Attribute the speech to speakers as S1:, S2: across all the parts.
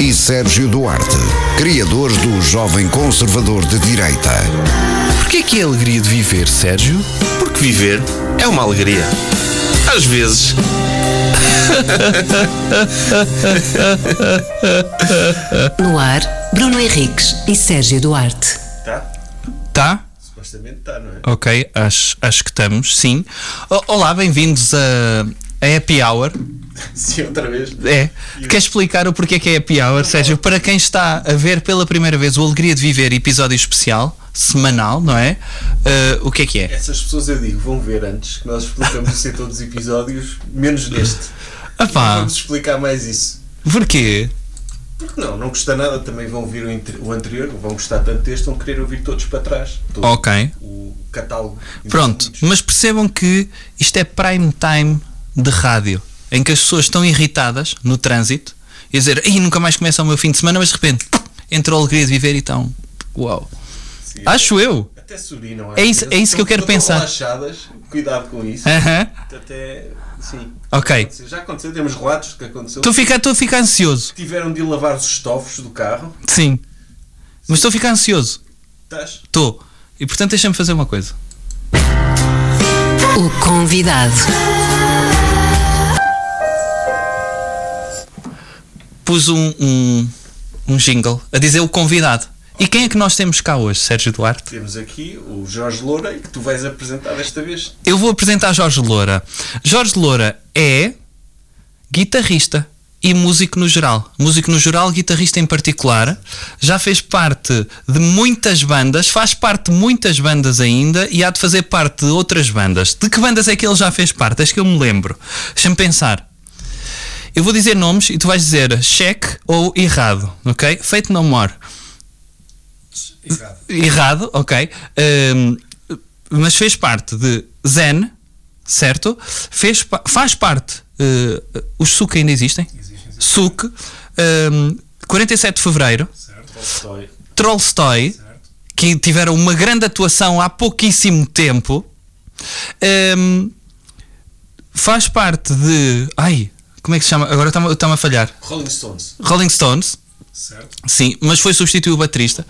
S1: e Sérgio Duarte, criadores do Jovem Conservador de Direita.
S2: Porquê que é a alegria de viver, Sérgio?
S3: Porque viver é uma alegria. Às vezes.
S4: No ar, Bruno Henriques e Sérgio Duarte.
S3: Tá?
S2: Tá?
S3: Supostamente tá, não é?
S2: Ok, acho, acho que estamos, sim. O- Olá, bem-vindos a, a Happy Hour.
S3: Sim, outra vez.
S2: É. Quer explicar o porquê que é Happy Hour, Sérgio? Para quem está a ver pela primeira vez o Alegria de Viver, episódio especial, semanal, não é? Eh, o que é que é?
S3: Essas pessoas eu digo vão ver antes que nós explicamos isso em todos os episódios, menos neste.
S2: Ah pá,
S3: Vamos explicar mais isso.
S2: porquê?
S3: Porque não, não custa nada, também vão ouvir o, inter- o anterior, vão gostar tanto deste, vão querer ouvir todos para trás. Todo
S2: Ok.
S3: O catálogo.
S2: Pronto, mas percebam que isto é prime time de rádio, em que as pessoas estão irritadas no trânsito e dizer, ai, nunca mais começa o meu fim de semana, mas de repente entra a alegria de viver e estão, uau.
S3: Sim.
S2: Acho eu.
S3: Até Suri, não
S2: É isso- é isso que eu quero pensar.
S3: relaxadas, cuidado com isso.
S2: Aham.
S3: Até, sim.
S2: Ok.
S3: Já aconteceu, temos relatos que aconteceu.
S2: Estou a ficar- estou a ficar ansioso.
S3: Tiveram de ir lavar os estofos do carro.
S2: Sim. Mas estou a ficar ansioso.
S3: Estás?
S2: Estou. E portanto deixa-me fazer uma coisa.
S4: O convidado.
S2: Pus um, um, um jingle a dizer o convidado. E quem é que nós temos cá hoje, Sérgio Duarte?
S3: Temos aqui o Jorge Loura e que tu vais apresentar desta vez.
S2: Eu vou apresentar Jorge Loura. Jorge Loura é guitarrista e músico no geral. Músico no geral, guitarrista em particular. Já fez parte de muitas bandas, faz parte de muitas bandas ainda e há de fazer parte de outras bandas. De que bandas é que ele já fez parte? Deixa que eu me lembro. Deixa-me pensar. Eu vou dizer nomes e tu vais dizer cheque ou errado, ok? Feito no more.
S3: Exato.
S2: Errado, ok. Ahm, mas fez parte de Zen, certo? Fez, pa- faz parte. eh, os SUC ainda existem? ehm, SUC. ahm, 47 de Fevereiro. Trollstoy. Que tiveram uma grande atuação há pouquíssimo tempo. Ahm, faz parte de. Ai, como é que se chama? Agora está-me está-me a falhar.
S3: Rolling Stones.
S2: Rolling Stones.
S3: Certo.
S2: Sim, mas foi substituir o baterista,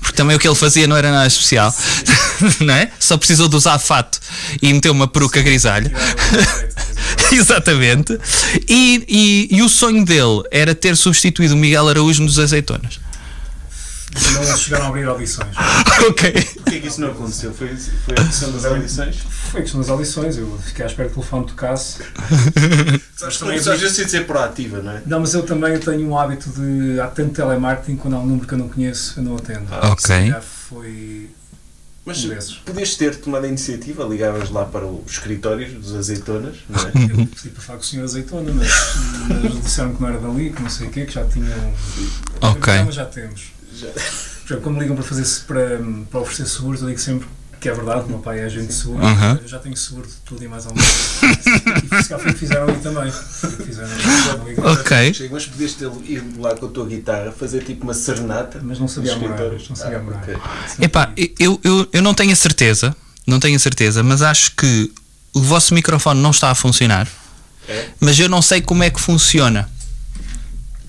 S2: porque também o que ele fazia não era nada especial, não é? Só precisou de usar fato e meter uma peruca grisalha. Exatamente. E, e, e o sonho dele era ter substituído o Miguel Araújo nos Azeitonas.
S5: não chegaram a abrir audições.
S2: ok.
S3: Porquê que isso não aconteceu? Foi, foi a questão das audições?
S5: Foi questão das audições, eu fiquei à espera que o telefone tocasse.
S3: Sabes que também às vezes tem de ser proativa, não é?
S5: Não, mas eu também tenho um hábito de. Há tanto telemarketing, quando há um número que eu não conheço, eu não atendo.
S2: Ah, Ok.
S5: Se calhar foi.
S3: Mas
S5: Um desses.
S3: podias ter tomado a iniciativa, ligavas lá para os escritórios dos azeitonas, não é?
S2: Uhum.
S5: Eu pedi para falar com o senhor Azeitona, mas, mas eles disseram que não era dali, que não sei o quê, que já tinham.
S2: Ok.
S5: Não, mas já temos.
S3: Já.
S5: Por exemplo, quando me ligam para, fazer, se- para, para oferecer seguros, eu digo sempre que é verdade, o meu pai é agente de seguro,
S2: Aham.
S5: eu já tenho seguro de tudo e mais alguma coisa. e se calhar foi o que fizeram ali também. Foi o que Fizeram ali também.
S2: Ok.
S3: Chega, Mas podias ter ido lá com a tua guitarra, fazer tipo uma serenata.
S5: Mas não sabia
S3: nos
S5: a morar,
S3: escritórios.
S5: não sabia a morar.
S3: Ah, ok.
S2: Epá, eu, eu, eu não tenho a certeza, não tenho a certeza, mas acho que o vosso microfone não está a funcionar,
S3: É?
S2: mas eu não sei como é que funciona.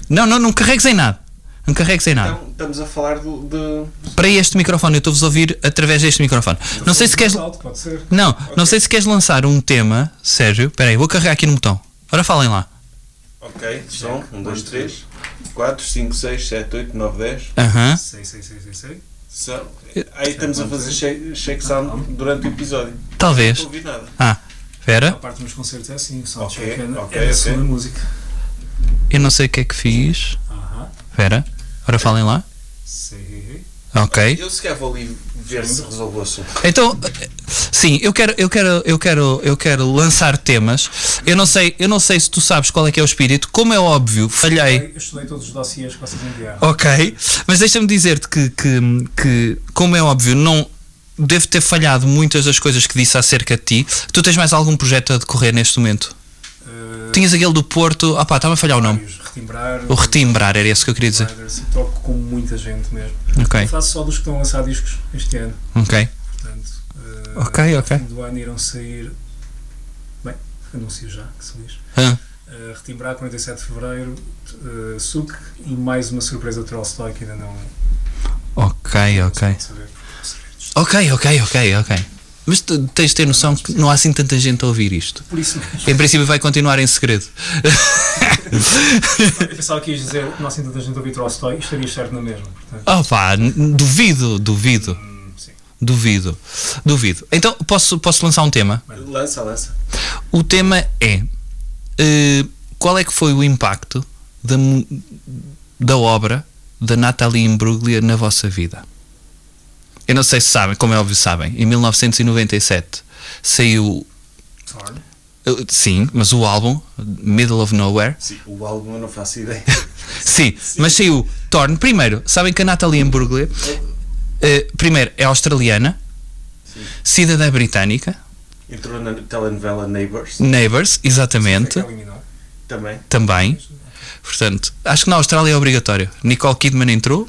S2: Não, não, não carregues em nada. Não carregues em nada.
S3: Então, estamos a falar do, do-
S2: para este microfone, eu estou-vos a ouvir através deste microfone. Não sei se queres.
S5: é Alto, pode ser.
S2: Não, não sei se queres lançar um tema, Sérgio. Espera aí, vou carregar aqui no botão. Ora falem lá.
S3: Ok, são 1, 2, 3, 4, 5, 6, 7, 8, 9, 10.
S2: Aham.
S5: Sei, sei, sei, sei, sei.
S3: São, aí estamos a fazer shake, shake sound durante o episódio. Não
S2: Talvez.
S3: estou a ouvir nada.
S2: Ah,
S5: A
S2: espera.
S5: parte dos concertos é assim, o soundcheck
S3: Ok,
S5: é,
S3: ok,
S5: é
S3: ok.
S5: a segunda música.
S2: Eu não sei o que é que fiz.
S5: Aham,
S2: Espera. Ora falem lá.
S5: sei.
S2: Ok.
S3: Eu se calhar vou ali ver se resolveu o assunto.
S2: Então, eh, sim, eu quero, eu quero, eu quero, eu quero lançar temas. Eu não sei, eu não sei se tu sabes qual é que é o espírito. Como é óbvio, falhei.
S5: Eu estudei todos os dossiers que vocês enviaram.
S2: Ok, mas deixa-me dizer-te que, que, que, como é óbvio, não devo ter falhado muitas das coisas que disse acerca de ti. Tu tens mais algum projeto a decorrer neste momento?
S5: Uh,
S2: Tinhas aquele do Porto, ah pá, estava a falhar Oh, o nome.
S5: vários, Retimbrar.
S2: O Retimbrar, era esse que eu queria dizer.
S5: Riders, e Toco com muita gente mesmo. Eu
S2: Ok,
S5: faço só dos que estão a lançar discos este ano.
S2: ok,
S5: Portanto, uh,
S2: ok,
S5: ao
S2: ok.
S5: fim do ano irão sair. Bem, anuncio já que se diz.
S2: Ah,
S6: eh, Retimbrar, 47 de Fevereiro, eh, Suk e mais uma surpresa de Tolstói que ainda não.
S2: Ok, ok.
S6: não saber, porque não sabemos.
S2: Ok, ok, ok, ok. Mas tu tens de ter noção que não há assim tanta gente a ouvir isto.
S6: Por isso mesmo.
S2: Em princípio vai continuar em segredo. Então-
S6: Eu pensava que ias dizer, não sinto tanta gente ouvir Tolstói e estaria certo na mesma. Portanto,
S2: Opa, n- duvido, duvido,
S6: hum, sim.
S2: duvido, duvido. Então posso, posso lançar um tema?
S3: Lança, lança.
S2: O tema é eh, qual é que foi o impacto da, mu- da obra da Natalie Imbruglia na vossa vida? Eu não sei se sabem, como é óbvio sabem, em 1997 saiu,
S6: Sorry.
S2: eh, sim, mas o álbum Middle of Nowhere,
S3: Sim, o álbum eu não faço ideia.
S2: sim, mas saiu Torn. Primeiro, sabem que a Natalie Imbruglia, eh, primeiro, é australiana, cidadã britânica,
S3: Entrou na telenovela Neighbours
S2: Neighbours, exatamente.
S6: Eliminou.
S2: é
S3: também.
S2: também. Portanto, acho que na Austrália é obrigatório. Nicole Kidman entrou,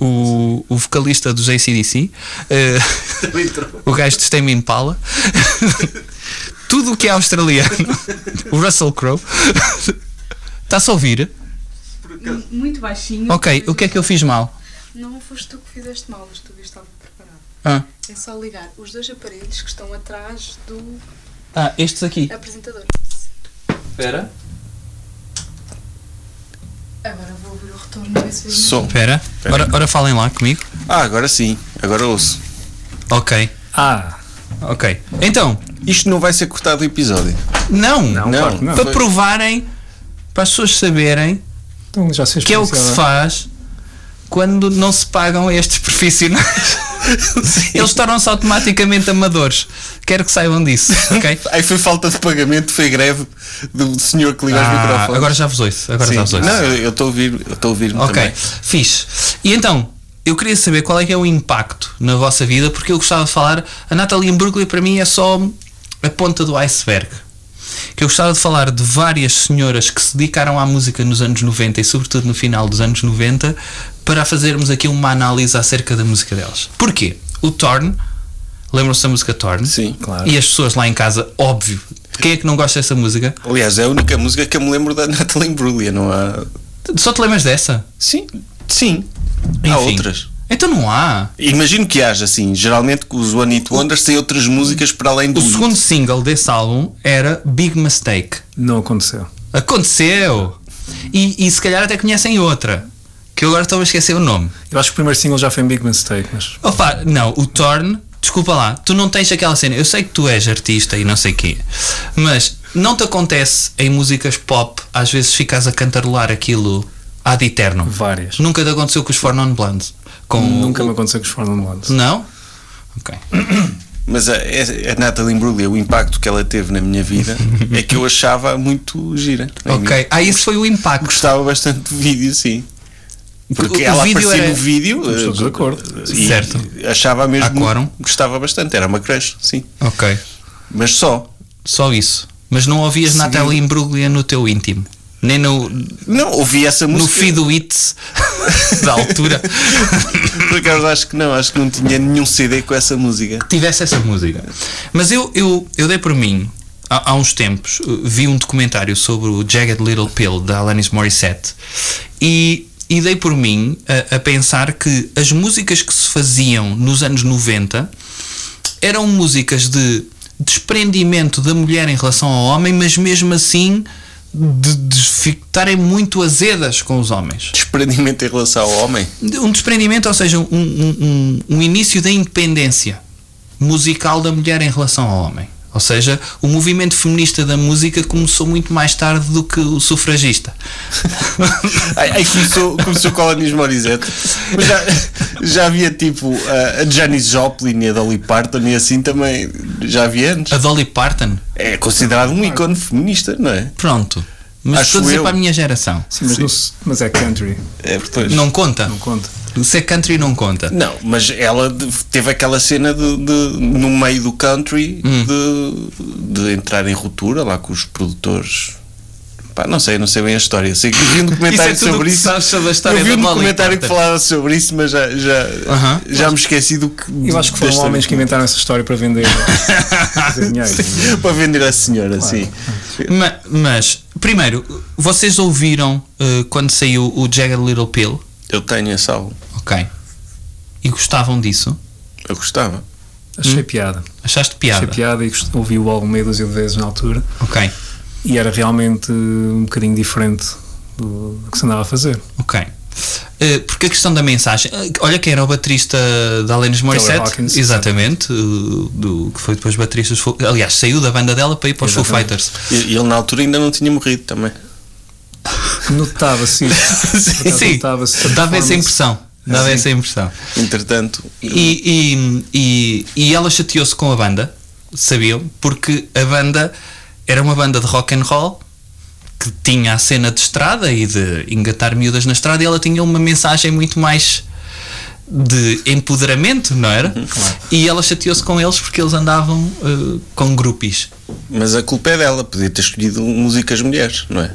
S2: o, o vocalista dos ACDC, eh,
S3: Também entrou.
S2: o gajo de Stem Impala, tudo o que é australiano, o Russell Crowe. Está-se a ouvir?
S3: Por acaso.
S7: Muito baixinho.
S2: Ok, o que é que eu fiz mal?
S7: Não foste tu que fizeste mal, mas tu que estava preparado.
S2: Ah,
S7: É só ligar os dois aparelhos que estão atrás do
S2: ah, estes aqui.
S7: apresentador.
S2: Espera.
S7: Agora vou ouvir o retorno e ver se vejo
S8: Som.
S2: Espera. Ora, ora falem lá comigo.
S8: Ah, agora sim. Agora ouço.
S2: Ok,
S6: Ah,
S2: ok. Então,
S8: Isto não vai ser cortado o episódio.
S2: não.
S6: não,
S8: Não.
S6: claro que não.
S2: Para provarem, para as pessoas saberem
S6: Então já sei
S2: que é o que se faz quando não se pagam estes profissionais. Eles tornam-se automaticamente amadores. Quero que saibam disso, ok?
S8: Aí foi falta de pagamento, foi greve do senhor que liga os
S2: Ah,
S8: microfones.
S2: agora já vos ouço. Agora
S8: Sim.
S2: já vos ouço.
S8: Não, eu eu estou a ouvir, eu estou a ouvir
S2: ok,
S8: também.
S2: fixe. E então, eu queria saber qual é que é o impacto na vossa vida, porque eu gostava de falar. A Natalie Imbruglia para mim é só a ponta do iceberg. Que eu gostava de falar de várias senhoras que se dedicaram à música nos anos 90 e, sobretudo, no final dos anos 90, para fazermos aqui uma análise acerca da música delas. Porquê? O Torn, lembram-se da música Torn?
S8: Sim, claro.
S2: E as pessoas lá em casa, óbvio, quem é que não gosta dessa música?
S8: Aliás, é a única música que eu me lembro da Natalie Imbruglia, não há.
S2: Só te lembras dessa?
S8: Sim, sim.
S2: Enfim.
S8: Há outras.
S2: Então não há.
S8: Imagino que haja, sim. Geralmente com os One It Wonders tem outras músicas para além do.
S2: O segundo single desse álbum era Big Mistake.
S6: Não aconteceu.
S2: Aconteceu! E, e se calhar até conhecem outra, que eu agora estou a esquecer o nome.
S6: Eu acho que o primeiro single já foi um Big Mistake, mas.
S2: Opa, não, o Torn, desculpa lá, tu não tens aquela cena. Eu sei que tu és artista e não sei quê, mas não te acontece em músicas pop, às vezes ficas a cantarolar aquilo ad eterno.
S6: Várias.
S2: Nunca te aconteceu com os Four Non Blondes? Com
S6: Nunca me aconteceu com os Fernando Londres.
S2: Não? Ok.
S8: Mas a, é, a Natalie Imbruglia, o impacto que ela teve na minha vida é que eu achava muito gira.
S2: Ok. Ah, esse foi o impacto.
S8: Gostava bastante do vídeo, sim. Porque
S2: O- o
S8: ela
S2: vídeo é-
S8: aparecia
S2: era-
S8: no vídeo.
S6: Estamos
S8: eh,
S6: todos de acordo.
S8: e
S2: Certo.
S8: Achava mesmo.
S2: Há quórum?
S8: Gostava bastante, era uma crush, sim.
S2: Ok.
S8: Mas só.
S2: Só isso. Mas não ouvias
S8: Seguindo.
S2: Natalie Imbruglia no teu íntimo. Nem no,
S8: Não, ouvi essa
S2: no
S8: música.
S2: feed do It da altura
S8: Por acaso acho que não, acho que não tinha nenhum CD com essa música.
S2: tivesse essa música. Mas eu, eu, eu dei por mim, há, há uns tempos, uh, vi um documentário sobre o Jagged Little Pill da Alanis Morissette e, e dei por mim a, a pensar que as músicas que se faziam nos anos 90 eram músicas de desprendimento da mulher em relação ao homem, mas mesmo assim de, de ficarem muito azedas com os homens
S8: Desprendimento em relação ao homem.
S2: um desprendimento, ou seja, um, um- um- um início da independência musical da mulher em relação ao homem. Ou seja, o movimento feminista da música começou muito mais tarde do que o sufragista.
S8: Aí, aí começou, começou com a Alanis Morissette. Mas já, já havia tipo a- a Janis Joplin e a Dolly Parton e assim também. Já havia antes.
S2: A Dolly Parton,
S8: É considerado um ícone feminista, não é?
S2: pronto. Mas
S8: Acho
S2: estou a dizer
S8: eu.
S2: para a minha geração.
S6: Sim, mas,
S8: Sim.
S6: não se- mas é country,
S8: É, portanto.
S2: Não conta.
S6: não conta.
S2: Se é country, não conta.
S8: Não, mas ela de- teve aquela cena de, de- no meio do
S2: Hum.
S8: country de, de entrar em ruptura lá com os produtores. Pá, Pá, não sei, não sei bem a história. Sei que vi um documentário
S2: Isso é tudo
S8: sobre
S2: o que
S8: isso.
S2: sabes sobre a história
S8: eu vi
S2: da
S8: um
S2: Dolly
S8: documentário que
S2: Parton.
S8: falava sobre isso, mas já, já,
S2: Aham.
S8: já me esqueci do que.
S6: Eu acho que foram
S8: desta-
S6: homens que inventaram essa história para vender. para fazer dinheiro.
S8: Para vender à senhora, sim.
S2: Ma- mas, primeiro, vocês ouviram eh, quando saiu o Jagged Little Pill?
S8: Eu tenho esse álbum.
S2: Ok. E gostavam disso?
S8: Eu gostava.
S6: é? Achei piada.
S2: Achaste
S6: Achei
S2: Hum. piada?
S6: piada e gost- ouvi o álbum meia dúzia de vezes na altura
S2: Ok,
S6: e era realmente um bocadinho diferente do do que se andava a fazer.
S2: ok. Eh, porque a questão da mensagem. eh, Olha quem era o baterista da Alanis Morissette.
S6: Hawkins.
S2: exatamente. eh, do, que foi depois baterista. dos Foo- Aliás, saiu da banda dela para ir para os Foo Fighters.
S8: E e ele na altura ainda não tinha morrido também.
S6: Notava-se isso. Por
S2: Sim,
S6: acaso
S2: sim.
S6: notava-se a
S2: Dava essa
S6: performance.
S2: impressão. Dava essa impressão.
S8: Entretanto,
S2: E, e, e, e ela chateou-se com a banda, sabiam? Porque a banda era uma banda de rock and roll que tinha a cena de estrada e de engatar miúdas na estrada e ela tinha uma mensagem muito mais de empoderamento, não era? E ela chateou-se com eles porque eles andavam eh, com grupos.
S8: mas a culpa é dela, podia ter escolhido músicas mulheres, não é?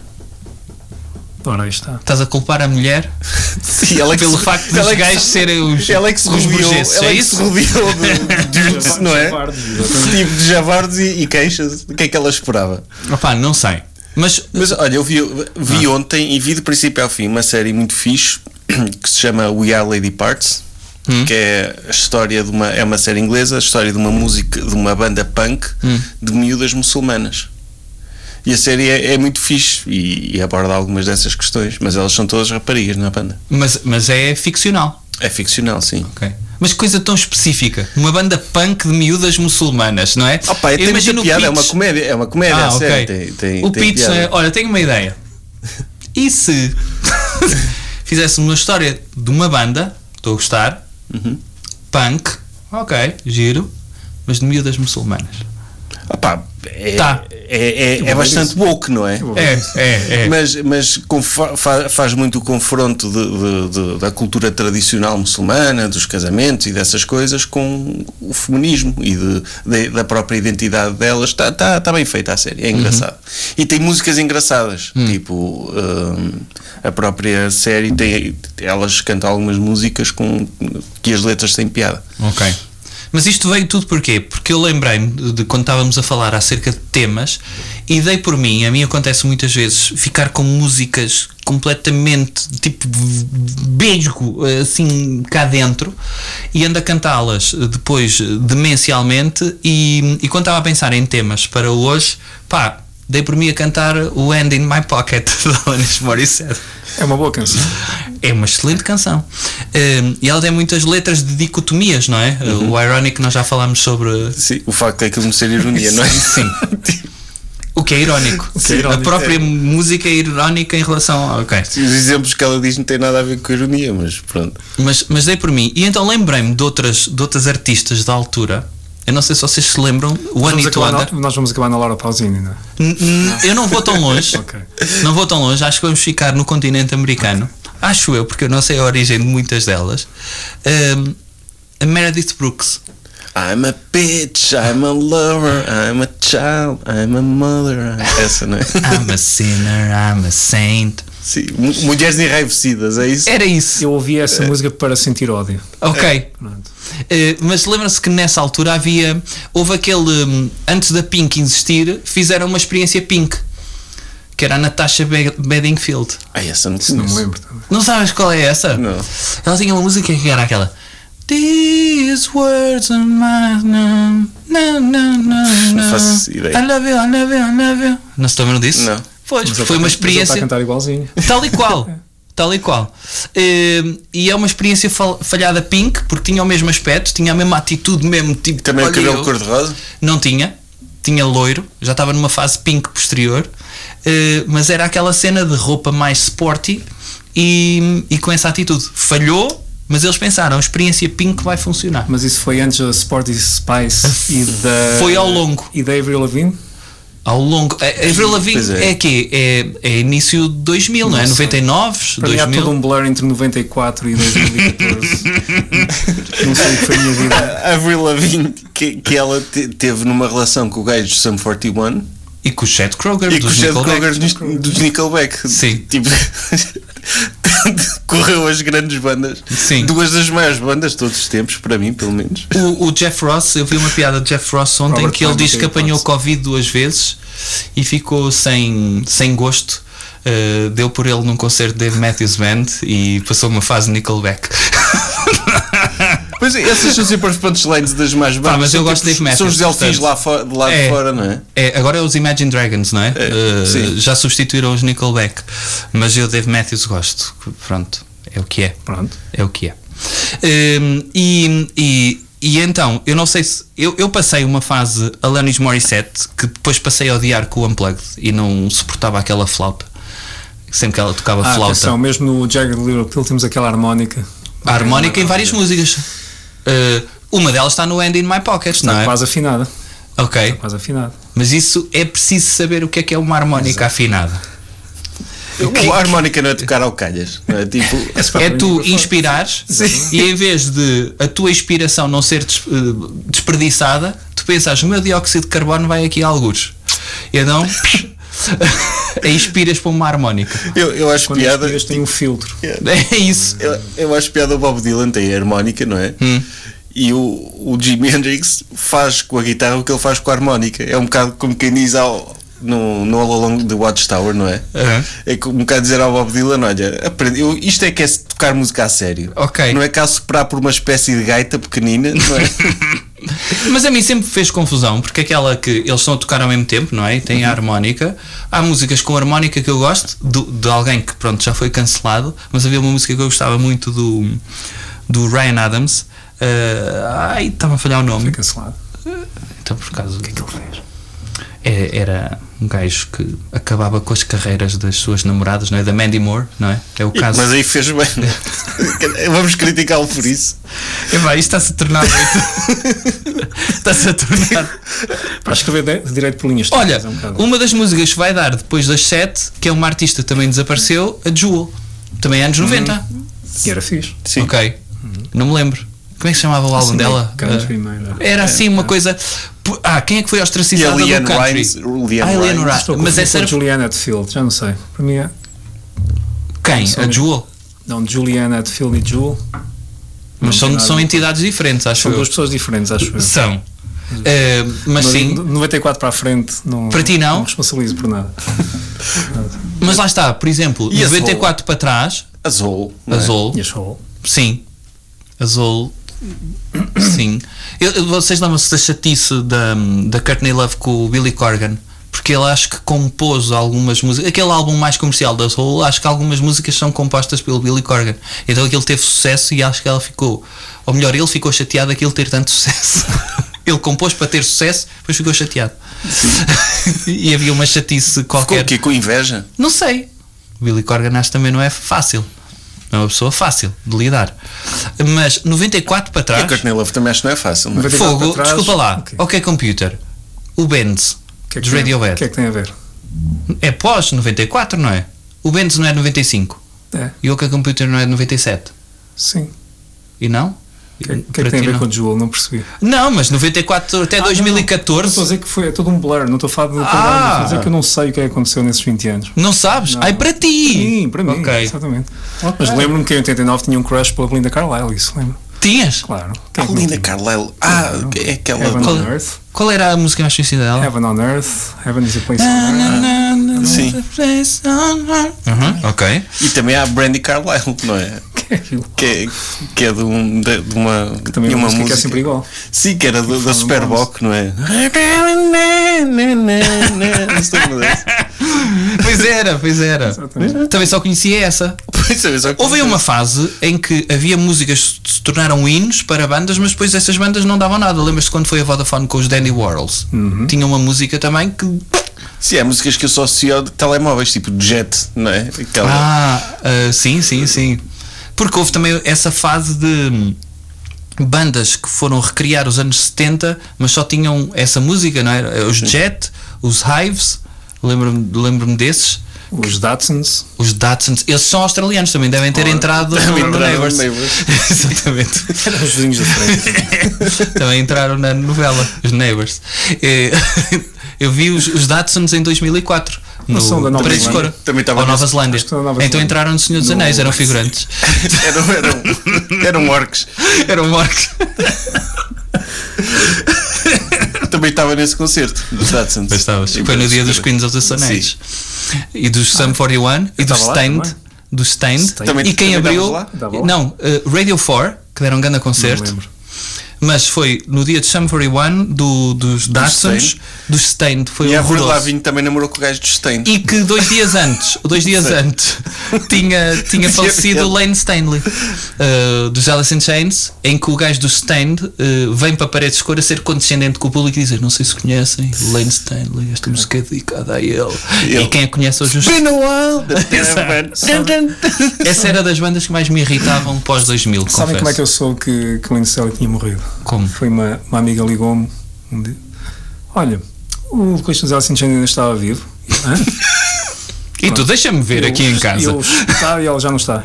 S6: Ora, aí está.
S2: Estás a culpar a mulher
S8: Sim, ela é que
S2: pelo
S8: se-
S2: facto dos
S8: ela é que
S2: gajos
S8: se-
S2: serem os,
S8: Ela é que se
S2: os
S8: rodeou,
S2: burgueses,
S8: ela
S2: é
S8: é que se
S2: isso?
S8: rodeou de, de dudes, não é? Tipo de javardos e, e queixas. O que é que ela esperava?
S2: Opa, não sei. Mas
S8: Mas olha, eu vi, vi ontem e vi do princípio ao fim uma série muito fixe que se chama We Are Lady Parts, que é a história de uma é uma série inglesa, a história de uma música de uma banda punk de miúdas muçulmanas. E a série é, é muito fixe e, e aborda algumas dessas questões, mas elas são todas raparigas na banda.
S2: Mas, mas é ficcional.
S8: É ficcional, sim.
S2: ok? Mas que coisa tão específica. Uma banda punk de miúdas muçulmanas, não é?
S8: Opa, é,
S2: Eu
S8: tem
S2: imagino
S8: muita
S2: o
S8: piada, é uma
S2: Pitts-
S8: comédia, é uma comédia,
S2: Ah,
S8: a série
S2: ok.
S8: tem, tem,
S2: o
S8: tem
S2: Pitts, não
S8: piada.
S2: é? olha, tenho uma ideia. E se fizéssemos uma história de uma banda, estou a gostar,
S8: Uhum.
S2: punk, ok, giro, mas de miúdas muçulmanas.
S8: Opá, é,
S2: Tá.
S8: é, é- é bastante woke, não é?
S2: É, é, é.
S8: Mas, mas confo- fa- faz muito o confronto de- de- de- da cultura tradicional muçulmana, dos casamentos e dessas coisas, com o feminismo e de- de- da própria identidade delas. Está tá, tá bem feita a série, é
S2: Uhum.
S8: engraçado. E tem músicas engraçadas, tipo, hum, a própria série tem. Elas cantam algumas músicas com que as letras têm piada.
S2: Ok. Mas isto veio tudo porquê? Porque eu lembrei-me de- de quando estávamos a falar acerca de temas e dei por mim, a mim acontece muitas vezes, ficar com músicas completamente tipo beijo assim cá dentro e ando a cantá-las eh, depois eh, demencialmente e, e quando estava a pensar em temas para hoje, pá, dei por mim a cantar o End in My Pocket da Alanis Morissette.
S6: É uma boa canção.
S2: É uma excelente canção. Hum, e ela tem muitas letras de dicotomias, não é? O Ironic, nós já falámos sobre.
S8: Uhum. Sim, o facto é aquilo me ser ironia, não é?
S2: Sim. o que é irónico.
S8: é
S2: a
S8: irónico,
S2: própria
S8: é.
S2: música é irónica em relação. ao- Ok.
S8: Os exemplos que ela diz não têm nada a ver com ironia, mas pronto.
S2: Mas, mas dei por mim. E então lembrei-me de outras, de outras artistas da altura. Eu não sei se vocês se lembram. O
S6: Vamos
S2: Annie
S6: acabar na-
S2: Wander.
S6: nós vamos acabar na Laura Pausini, não é?
S2: N- n- Eu não vou tão longe.
S6: Ok.
S2: Não vou tão longe. Acho que vamos ficar no continente americano. Acho eu, porque eu não sei a origem de muitas delas. Hum, a Meredith Brooks.
S8: I'm a bitch, I'm a lover, I'm a child, I'm a mother. Essa, não é?
S2: I'm a sinner, I'm a saint.
S8: Sim, mu- mulheres enraivecidas, é isso?
S2: Era isso.
S6: Eu ouvi essa
S2: É.
S6: música para sentir ódio.
S2: Ok.
S6: Pronto.
S2: Eh, mas lembra-se que nessa altura havia. Houve aquele. hum, Antes da Pink existir, fizeram uma experiência Pink. Que era a Natasha Be- Bedingfield.
S8: Ah, essa não
S6: Não me
S8: conheço.
S6: lembro. tá também.
S2: Não sabes qual é essa?
S8: Não.
S2: Ela tinha uma música que era aquela. These words are my name. Não, não, não,
S8: Não faço ideia.
S2: I love you, I love you, I love you. Não se lembram disso?
S8: Não.
S2: Pois,
S6: Mas ele
S2: foi
S6: tá-
S2: uma
S6: mas ele Está a
S2: experiência.
S6: cantar igualzinho.
S2: Tal e qual. Tal e qual. Eh, E é uma experiência fal- falhada pink, porque tinha o mesmo aspecto, tinha a mesma atitude mesmo. Tipo,
S8: Também o
S2: olha
S8: cabelo
S2: eu.
S8: cor-de-rosa?
S2: Não tinha. Tinha loiro, já estava numa fase pink posterior, eh, mas era aquela cena de roupa mais sporty e, e com essa atitude. Falhou, mas eles pensaram, a experiência pink vai funcionar.
S6: Mas isso foi antes da Sporty Spice e da.
S2: Foi ao longo.
S6: E da Avril Lavigne?
S2: Ao longo. A a Avril
S8: Pois
S2: Lavigne
S8: é.
S2: é, quê? É, é início de 2000, não, é?
S6: Não sei.
S2: 99,
S6: Para mim há
S2: 2000.
S6: todo um blur entre 94 e 2014. não sei o que foi a minha vida.
S8: A Avril Lavigne, que, que ela te- teve numa relação com o gajo do Sum 41
S2: E com o Chad Kroger
S8: E com o
S2: dos
S8: Chad
S2: Nickelback.
S8: Kroger dos, dos Nickelback.
S2: Sim.
S8: Tipo, correu as grandes bandas.
S2: Sim.
S8: Duas das maiores bandas de todos os tempos, para mim, pelo menos.
S2: O, o Jeff Ross, eu vi uma piada de Jeff Ross ontem
S8: Robert
S2: que ele
S8: Plant
S2: diz
S8: não
S2: que
S8: tem
S2: apanhou
S8: hipótese.
S2: Covid duas vezes e ficou sem, sem gosto. Uh, deu por ele num concerto de Dave Matthews Band e passou uma fase Nickelback.
S8: Pois é, essas são sempre as punchlines das mais bandas.
S2: mas
S8: São
S2: eu gosto de Dave
S8: São
S2: Matthews,
S8: os delfins
S2: portanto.
S8: lá fo- de lá
S2: É.
S8: de fora, não é?
S2: É, agora é os Imagine Dragons, não é?
S8: É,
S2: Uh,
S8: sim.
S2: já substituíram os Nickelback. Mas eu, Dave Matthews, gosto. Pronto, é o que é.
S6: Pronto.
S2: É o que é. Um, e, e, e então, eu não sei se. Eu, eu passei uma fase Alanis Morissette que depois passei a odiar com o Unplugged e não suportava aquela flauta. Sempre que ela tocava
S6: Ah,
S2: flauta.
S6: atenção, mesmo no Jagged Little Pill temos aquela harmónica.
S2: A harmónica em várias músicas. Uh, uma delas está no End in My Pocket,
S6: Está
S2: não é?
S6: quase afinada.
S2: Ok.
S6: Quase afinada.
S2: Mas isso é preciso saber o que é que é uma harmónica afinada.
S8: O a harmónica não é tocar ao calhas. Não é? Tipo,
S2: é tu inspirares e em vez de a tua inspiração não ser des- eh, desperdiçada, tu pensas, o meu dióxido de carbono vai aqui a algures. E então, a inspiras para uma harmónica.
S8: eu, eu acho
S6: Quando
S8: piada.
S6: as tem um filtro.
S2: É isso.
S8: Eu, eu acho piada o Bob Dylan tem a harmónica, não é?
S2: Hum.
S8: E o, o Jimi Hendrix faz com a guitarra o que ele faz com a harmónica. É um bocado como quem diz ao, no, no All Along the Watchtower, não é?
S2: Aham.
S8: É co- um bocado dizer ao Bob Dylan: olha, aprende, eu, isto é que é tocar música a sério.
S2: Ok.
S8: Não é cá soprar por uma espécie de gaita pequenina, não é?
S2: Mas a mim sempre fez confusão, porque aquela que eles estão a tocar ao mesmo tempo, não é? E Tem a harmónica. Há músicas com harmónica que eu gosto, do- de alguém que pronto já foi cancelado, mas havia uma música que eu gostava muito do, do Ryan Adams. Eh, ai, estava a falhar o nome.
S6: Foi cancelado.
S2: Então, por causa do que é que ele fez? É- Era um gajo que acabava com as carreiras das suas namoradas, não é? Da Mandy Moore, não é? É o caso.
S8: Mas aí fez bem. não é? Vamos criticá-lo por isso.
S2: Epá, isto está-se a tornar muito- está-se a tornar.
S6: Para escrever de- direito por linhas
S2: Olha,
S6: tortas, é um bocado.
S2: uma das músicas que vai dar depois das 7, que é uma artista que também desapareceu, a Jewel. Também anos 90.
S6: E era fixe.
S8: Sim.
S2: Ok. Não me lembro. Como é que se chamava o álbum
S6: Assim,
S2: dela?
S6: Carlos
S2: Ah,
S6: Rimeiro.
S2: Era assim uma coisa. Pu- Ah, quem é que foi
S8: E a
S2: ostracizada do
S8: Leanne
S2: country?
S8: Rimes- Leanne
S2: ah, Leanne
S8: Rimes.
S2: Rimes.
S6: Estou
S2: Mas
S6: confundido
S2: essa
S6: com
S2: era.
S6: Juliana Atfield, já não sei. Para mim é.
S2: Quem? A Jewel?
S6: Não, Juliana Atfield e Jewel
S2: Mas
S6: tem
S2: são,
S6: nada
S2: são
S6: a ver.
S2: entidades diferentes, acho
S6: são
S2: eu.
S6: duas pessoas diferentes, acho eu.
S2: São. Eh, mas
S6: Mas
S2: sim,
S6: de 94 para a frente, não,
S2: Para ti, não?
S6: me responsabilizo por nada.
S2: mas lá está, por exemplo,
S8: E a
S2: 94 para trás,
S8: Azul. não é?
S2: Azul,
S6: E a show.
S2: sim, Azul, sim. Eu- eu- vocês lembram-se da chatice da, da Courtney Love com o Billy Corgan? Porque ele acho que compôs algumas músicas, aquele álbum mais comercial da Soul, acho que algumas músicas são compostas pelo Billy Corgan. Então aquilo teve sucesso e acho que ela ficou, ou melhor, ele ficou chateado daquilo ter tanto sucesso. ele compôs para ter sucesso, depois ficou chateado. e havia uma chatice
S8: Ficou
S2: qualquer.
S8: aqui com inveja.
S2: Não sei. Billy Corgan acho que também não é fácil. Não é uma pessoa fácil de lidar. Mas 94 para
S8: E a
S2: trás.
S8: Courtney Love também acho que não é fácil, não é?
S6: 94
S2: Fogo,
S6: para trás,
S2: desculpa lá.
S6: ok.
S2: Ok, computer. O Benz
S6: O que é que
S2: dos
S6: tem-
S2: Radiohead.
S6: O que é que tem a ver?
S2: É pós 94, não é? O Benz não é 95.
S6: É,
S2: E o OK Computer não é 97.
S6: sim.
S2: E não?
S6: O que, é- o que é
S2: Para
S6: que tem a
S2: ti
S6: ver
S2: não.
S6: com o Jewel? Não percebi.
S2: Não, mas 94 até
S6: Ah, não, não. Estou a
S2: 2014.
S6: dizer que foi, é todo um blur, não estou a falar de
S2: Ah!
S6: condóminos, estou a dizer que eu não sei o que é que aconteceu nesses 20 anos.
S2: Não, sabes? Ai, para ti!
S6: Sim, para mim,
S2: Ok.
S6: exatamente. Mas lembro-me que em 89 tinha um crush pela Belinda Carlisle, isso lembro.
S2: Tinhas?
S6: Claro.
S8: A
S6: Quem é que não
S8: Linda
S6: tinha?
S8: Carlisle. Ah, é aquela.
S6: Heaven
S2: Qual-
S6: on Earth.
S2: Qual era a música mais conhecida dela?
S6: Heaven on Earth. Heaven is a place
S2: Na,
S6: on earth.
S2: na, na, na,
S8: Sim.
S2: the place on earth. Uhum, ok.
S8: E também há a Brandy Carlisle, não é?
S6: Que é aquilo?
S8: Que é, que é de, um, de, de uma.
S6: Que também
S8: de
S6: é uma
S8: uma
S6: música que é sempre igual.
S8: Sim, que era da, da
S6: Foram
S8: Superboc, não é? Não sei como é isso.
S2: Pois era, pois era.
S6: Exatamente.
S2: Também só conhecia essa.
S8: Pois é, só que-
S2: Houve aí uma fase em que havia músicas que se tornaram hinos para bandas, mas depois essas bandas não davam nada. Lembras-te quando foi a Vodafone com os Danny Warhols? Tinha uma música também que.
S8: Sim, há músicas que eu só associo de telemóveis, tipo Jet, não é? Aquela.
S2: Ah, ah, sim, sim, sim. Porque houve também essa fase de hum, bandas que foram recriar os anos 70, mas só tinham essa música, não é? Os Jet, os Hives, lembro-me lembro desses.
S6: Os Datsuns.
S2: Os Datsuns, eles são australianos, também devem ter entrado
S8: devem
S2: no, no
S8: entrar no
S2: Neighbours.
S8: Neighbours.
S2: Exatamente.
S6: Eram os vizinhos da frente.
S2: também entraram na novela, os Neighbours. Eh, Eu vi os, os Datsuns em 2004. No
S6: Não são da Nova
S2: Preto
S6: Zelândia?
S2: Escuro.
S8: Também estava
S2: Ou
S8: nesse-
S2: Nova Zelândia.
S6: acho que são da Nova
S2: Então
S6: Zelândia.
S2: entraram no Senhor dos Anéis, eram figurantes.
S8: Eram, eram, eram orcs.
S2: eram orcs.
S8: Também estava nesse concerto dos Datsuns.
S2: Pois estavas.
S8: Em
S2: Foi no dia dos
S8: Braga.
S2: Queens of the Sun Age. E dos Sum 41 e do
S6: estava lá
S2: Stained.
S6: também.
S2: Do Stained.
S8: Também-
S2: e quem
S8: também
S2: abriu.
S8: estavas
S6: lá? Estava lá?
S2: Não, eh, Radio 4, que deram um grande concerto.
S6: lembro.
S2: Mas foi no dia de Sum 41 do, dos Datsuns,
S8: Stained.
S2: dos Stained. Foi um
S8: E a Avril
S2: horroroso.
S8: Lavigne também namorou com o gajo do Stein.
S2: E que dois dias antes, dois dias antes, tinha, tinha falecido o Lane Stanley, eh, dos Alice in Chains, em que o gajo do Stand eh, vem para a parede escura ser condescendente com o público e dizer: Não sei se conhecem, Lane Stanley, esta música é dedicada a ele. E
S8: Ele.
S2: quem a conhece hoje os.
S8: Been a while.
S2: Essa era das bandas que mais me irritavam pós-2000. confesso.
S6: Sabem como é que eu soube que, que o Lino Célio tinha morrido?
S2: Como?
S6: Foi uma, uma amiga ligou-me um dia. Olha, o Christian Zé Sinchand ainda estava vivo. Hã?
S2: E tu deixa-me ver aqui em casa.
S6: Eu estava e ele já não está.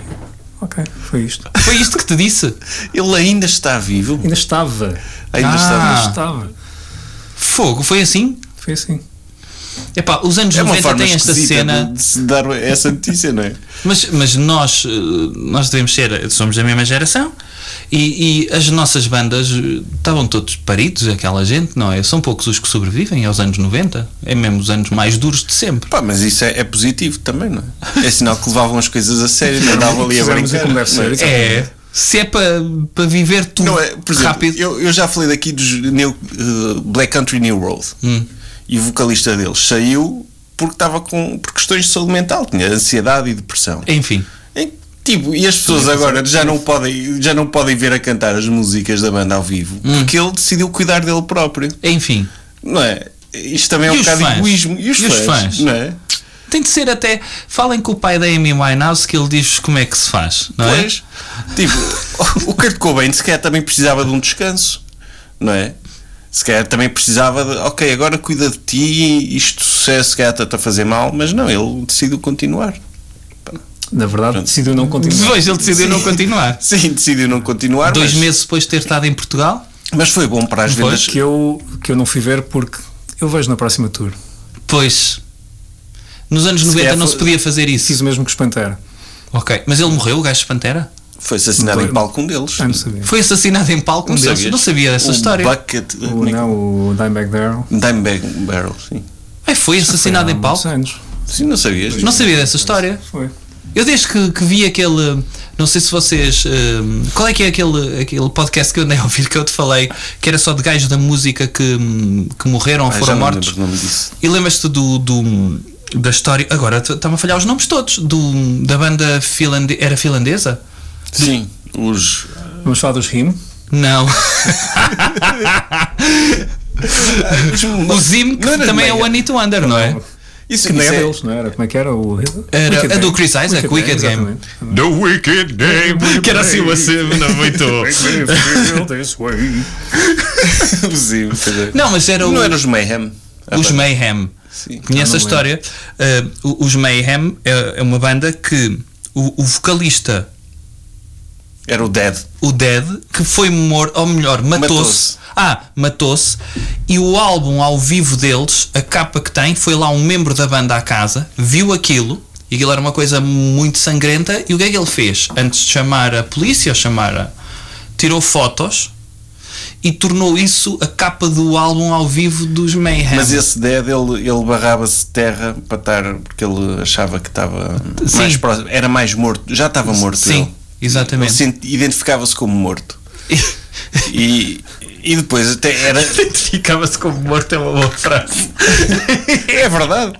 S6: Ok, foi isto.
S2: Foi isto que te disse?
S8: Ele ainda está vivo.
S6: Ainda estava.
S8: Ainda está
S2: Ah.
S8: vivo.
S6: Ainda estava.
S2: Fogo, foi assim?
S6: Foi assim.
S2: Epá, os anos
S8: É uma
S2: 90
S8: forma
S2: têm esta
S8: esquisita
S2: cena.
S8: de, de se dar essa notícia, não é?
S2: Mas, mas nós, eh, nós devemos ser, somos da mesma geração e, e as nossas bandas eh, estavam todos paridos, aquela gente, não é? São poucos os que sobrevivem aos anos 90, é mesmo os anos mais duros de sempre.
S8: Pá, mas isso é, é positivo também, não é? É sinal que levavam as coisas a sério, não andavam ali a
S6: Fizemos
S8: brincar.
S6: como deve
S8: não é?
S6: ser.
S2: É, se é para para viver tudo
S8: Não é, por exemplo,
S2: rápido.
S8: Eu, eu já falei daqui dos New- eh, Black Country New Road
S2: Hum.
S8: e o vocalista deles saiu porque estava com por questões de saúde mental, tinha ansiedade e depressão.
S2: Enfim,
S8: É, Tipo, e as pessoas agora já não, podem, já não podem ver a cantar as músicas da banda ao vivo
S2: Hum.
S8: porque ele decidiu cuidar dele próprio,
S2: enfim.
S8: não é? Isto também é
S2: E
S8: um
S2: os
S8: bocado de
S2: fãs?
S8: egoísmo. E os,
S2: E os
S8: fãs,
S2: fãs?
S8: Não é?
S2: Tem de ser até. Falem com o pai da Amy Winehouse que ele diz-vos como é que se faz, não é?
S8: Pois. Tipo, o Kurt Cobain se calhar também precisava de um descanso, não é? Se calhar também precisava de, ok, agora cuida de ti, isto sucesso, se calhar está a fazer mal, mas não, ele decidiu continuar.
S6: Na verdade, decidiu não continuar.
S2: Depois ele decidiu não continuar.
S8: Sim, decidiu não continuar,
S2: Dois
S8: mas,
S2: meses depois de ter estado em Portugal,
S8: mas foi bom para as vendas.
S6: Que eu, que eu não fui ver porque eu vejo na próxima tour.
S2: pois. Nos anos 90
S8: calhar
S2: não
S8: foi-
S2: se podia fazer isso.
S6: Fiz o mesmo que os Pantera.
S2: Ok, mas ele morreu, o gajo de Pantera?
S8: Foi assassinado em palco um deles.
S6: Ah, não sabia.
S2: Foi assassinado em palco?
S8: Não
S2: Não,
S8: sabias?
S2: não sabia dessa
S8: o
S2: história.
S8: Bucket, é
S6: O, Oh, não, o Dimebag Darrell.
S8: Dimebag Barrel, sim.
S2: Ai, foi assassinado
S6: Foi há
S2: em palco?
S6: muitos anos.
S8: Sim, não sabias?
S2: Não sabia dessa história.
S6: Foi.
S2: Eu desde que, que vi aquele. Não sei se vocês. hum, qual é que é aquele, aquele podcast que eu andei a ouvir que eu te falei que era só de gajos da música que, hum, que morreram ou
S8: Ah, já
S2: foram
S8: não me
S2: mortos?
S8: lembro o nome disso.
S2: E lembras-te do, do- da história. Agora está-me a falhar os nomes todos. Do, da banda finlandesa. Era finlandesa?
S8: Sim, os.
S6: Vamos falar dos Him.
S2: Não. O Zim, que
S8: Não era
S2: também é
S8: meia.
S2: o Anito Under, não é?
S8: Isso,
S6: Que nem
S8: isso
S6: é
S8: é-
S6: deles, não era? Como é que era? O,
S2: Era
S6: Wicked
S2: a do
S6: Game.
S2: Chris Isaac, Wicked Game.
S6: exatamente.
S2: The Wicked Game. Que era assim uma cena muito.
S8: Sim, pois é.
S2: Não, mas era o- Ah,
S8: Não era os Mayhem.
S2: Os Mayhem.
S8: Sim.
S2: Conhece a história? Uh, o- os Mayhem é, é uma banda que o, o vocalista,
S8: Era o Dead.
S2: o Dead, que foi morto, ou melhor, matou-se.
S8: Matou-se.
S2: ah, matou-se. E o álbum ao vivo deles, a capa que tem, foi lá um membro da banda à casa, viu aquilo. E aquilo era uma coisa muito sangrenta. E o que é que ele fez? Antes de chamar a polícia, ou chamar a- tirou fotos e tornou isso a capa do álbum ao vivo dos Mayhem.
S8: Mas esse Dead ele, ele barrava-se de terra para estar porque ele achava que estava
S2: Sim.
S8: mais próximo. Era mais morto. Já estava morto.
S2: Sim,
S8: ele.
S2: exatamente.
S8: Ele se identificava-se como morto. E, e depois até era.
S2: Identificava-se como morto é uma boa frase.
S8: É verdade.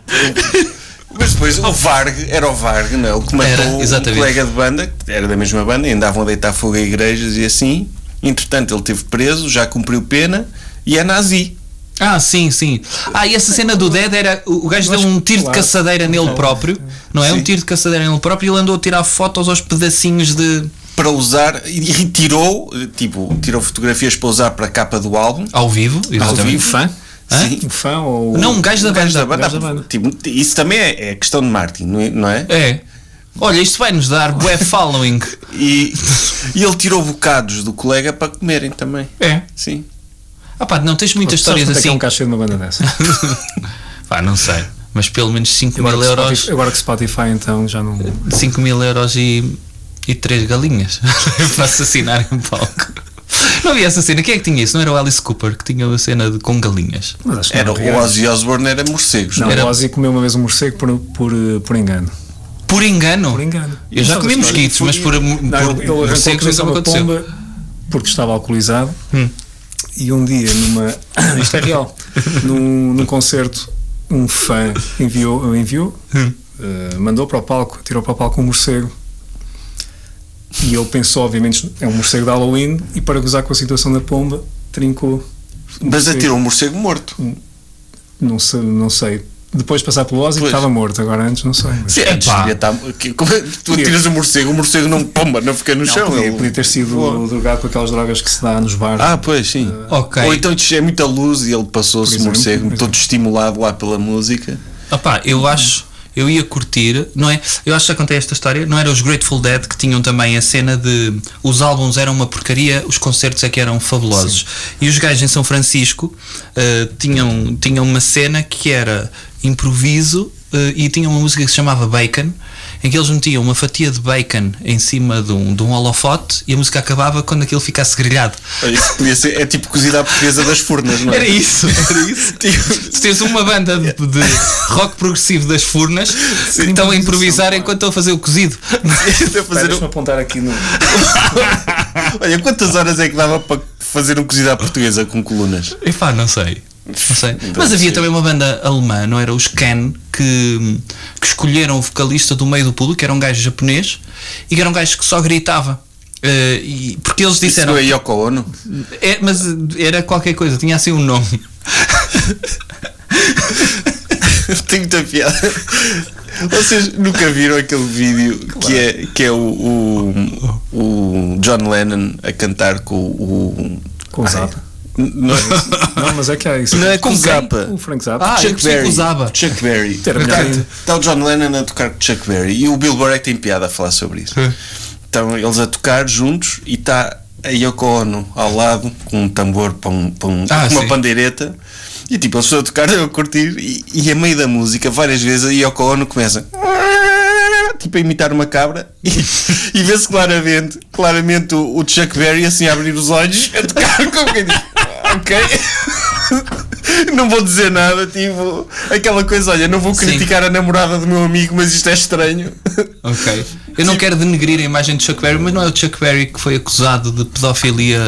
S8: Mas depois o Varg, era o Varg, não é? O que
S2: Era,
S8: matou um
S2: exatamente.
S8: colega de banda, que era da mesma banda, e andavam a deitar fogo a igrejas e assim. Entretanto, ele esteve preso, já cumpriu pena e é nazi.
S2: Ah, sim, sim. Ah, e essa cena do Dead era. O o gajo deu um tiro de caçadeira nele próprio, não é? Um tiro de caçadeira nele próprio e ele andou a tirar fotos aos pedacinhos de.
S8: para usar e retirou, eh, tipo, tirou fotografias para usar para a capa do álbum.
S2: ao vivo, exatamente.
S6: Um fã?
S2: Hã?
S8: Sim.
S6: Um fã ou.
S2: Não, um gajo da
S8: Um gajo
S2: banda.
S8: banda, tipo, isso também é, é questão de marketing, não é- não é?
S2: É. Olha, isto vai nos dar bué following.
S8: E, e ele tirou bocados do colega para comerem também.
S2: É.
S8: Sim.
S2: Ah pá, não tens muitas
S5: Sabes
S2: histórias
S5: quanto é que é
S2: assim.
S5: um cachê de uma banda dessa.
S2: Pá, não sei. Mas pelo menos 5
S5: Agora
S2: mil
S5: que
S2: euros.
S5: Spotify- agora que Spotify então já não.
S2: 5 mil euros e, e três galinhas para assassinar em palco. Não havia essa cena. Quem é que tinha isso? Não era o Alice Cooper que tinha a cena de, com galinhas?
S5: Mas acho que
S8: Era
S5: não,
S8: o Ozzy Osbourne, era morcegos.
S5: Não,
S2: era-
S5: o Ozzy comeu uma vez um morcego por, por, eh, por engano.
S2: Por engano.
S5: Por engano.
S2: Eu já
S5: Sabes
S2: comi
S5: a história?
S2: mosquitos, mas por,
S5: Não,
S2: por
S5: ele arrancou a
S2: morcegos nunca me
S5: cabeça a uma
S2: aconteceu.
S5: pomba porque estava alcoolizado. E um dia, numa. Isto é real. Num, num concerto, um fã enviou, enviou eh, mandou para o palco, tirou para o palco um morcego. E ele pensou, obviamente, é um morcego de Halloween. E para gozar com a situação da pomba, trincou. o
S8: Mas
S5: morcego.
S8: atirou um morcego morto.
S5: Não sei, não sei. Depois de passar pelo Ozzy,
S8: Pois.
S5: estava morto. Agora antes, não sei.
S8: Sim, antes
S2: Epá.
S8: devia estar. que- como é que Tu atiras um morcego, o morcego não pomba, não fica no
S5: Não,
S8: chão.
S5: podia,
S8: ele-
S5: Então, podia ter sido
S8: Boa.
S5: drogado com aquelas drogas que se dá nos bares.
S8: Ah, pois, sim.
S2: Ok.
S8: Ou então é muita luz e ele passou-se
S5: Por exemplo, por
S8: morcego,
S5: exemplo.
S8: todo estimulado lá pela música.
S2: Opá, eu acho, eu ia curtir, não é? Eu acho que já contei esta história, não era os Grateful Dead que tinham também a cena de os álbuns eram uma porcaria, os concertos é que eram fabulosos. E os gajos em São Francisco eh, tinham, tinham uma cena que era improviso eh, e tinham uma música que se chamava Bacon. Em que eles metiam uma fatia de bacon em cima de um, de um holofote e a música acabava quando aquilo ficasse grelhado.
S8: Olha, isso podia ser- é tipo cozida à portuguesa das furnas, não é?
S2: Era isso, era isso. Se tens uma banda de, de rock progressivo das furnas que estão a improvisar enquanto estão a fazer o cozido.
S8: Até
S5: Espera,
S8: fazer um-
S5: Deixa-me apontar aqui no.
S8: Olha, quantas horas é que dava para fazer um cozido à portuguesa com colunas?
S2: Epá, não sei. Não sei. Mas
S8: Deve
S2: havia
S8: ser.
S2: também uma banda alemã, não era? Os Can, que, que escolheram o vocalista do meio do público, que era um gajo japonês, e que era um gajo que só gritava. Eh, e- porque eles
S8: Isso
S2: disseram.
S5: um-
S8: não é Yoko Ono?
S2: É, mas era qualquer coisa, tinha assim um nome.
S8: Tenho muita piada. Vocês nunca viram aquele vídeo que é, que é o, o, o John Lennon a cantar com o.
S5: Com o Zappa.
S8: Não,
S5: Não, mas é que há isso.
S8: não é com
S2: Com
S8: o
S2: quem?
S8: Zappa.
S5: O Frank Zappa.
S2: Ah, eu
S8: Chuck
S2: pensei que
S8: Berry.
S2: usava. um
S8: Chuck Berry.
S5: Era melhor ainda.
S8: Está o John Lennon a tocar com Chuck Berry e o Bill Burr é que tem piada a falar sobre isso. Estão eles a tocar juntos e está a Yoko Ono ao lado com um tambor para, um, para um-
S2: Ah,
S8: com uma
S2: sim.
S8: pandeireta e tipo eles estão a tocar, eu a curtir e, e a meio da música várias vezes a Yoko Ono começa tipo a imitar uma cabra e, e vê-se claramente, claramente o, o Chuck Berry assim a abrir os olhos a tocar com quem diz ok não vou dizer nada tipo aquela coisa olha não vou
S2: Sim.
S8: criticar a namorada do meu amigo mas isto é estranho
S2: Ok. Eu não quero denegrir a imagem de Chuck Berry, mas não é o Chuck Berry que foi acusado de pedofilia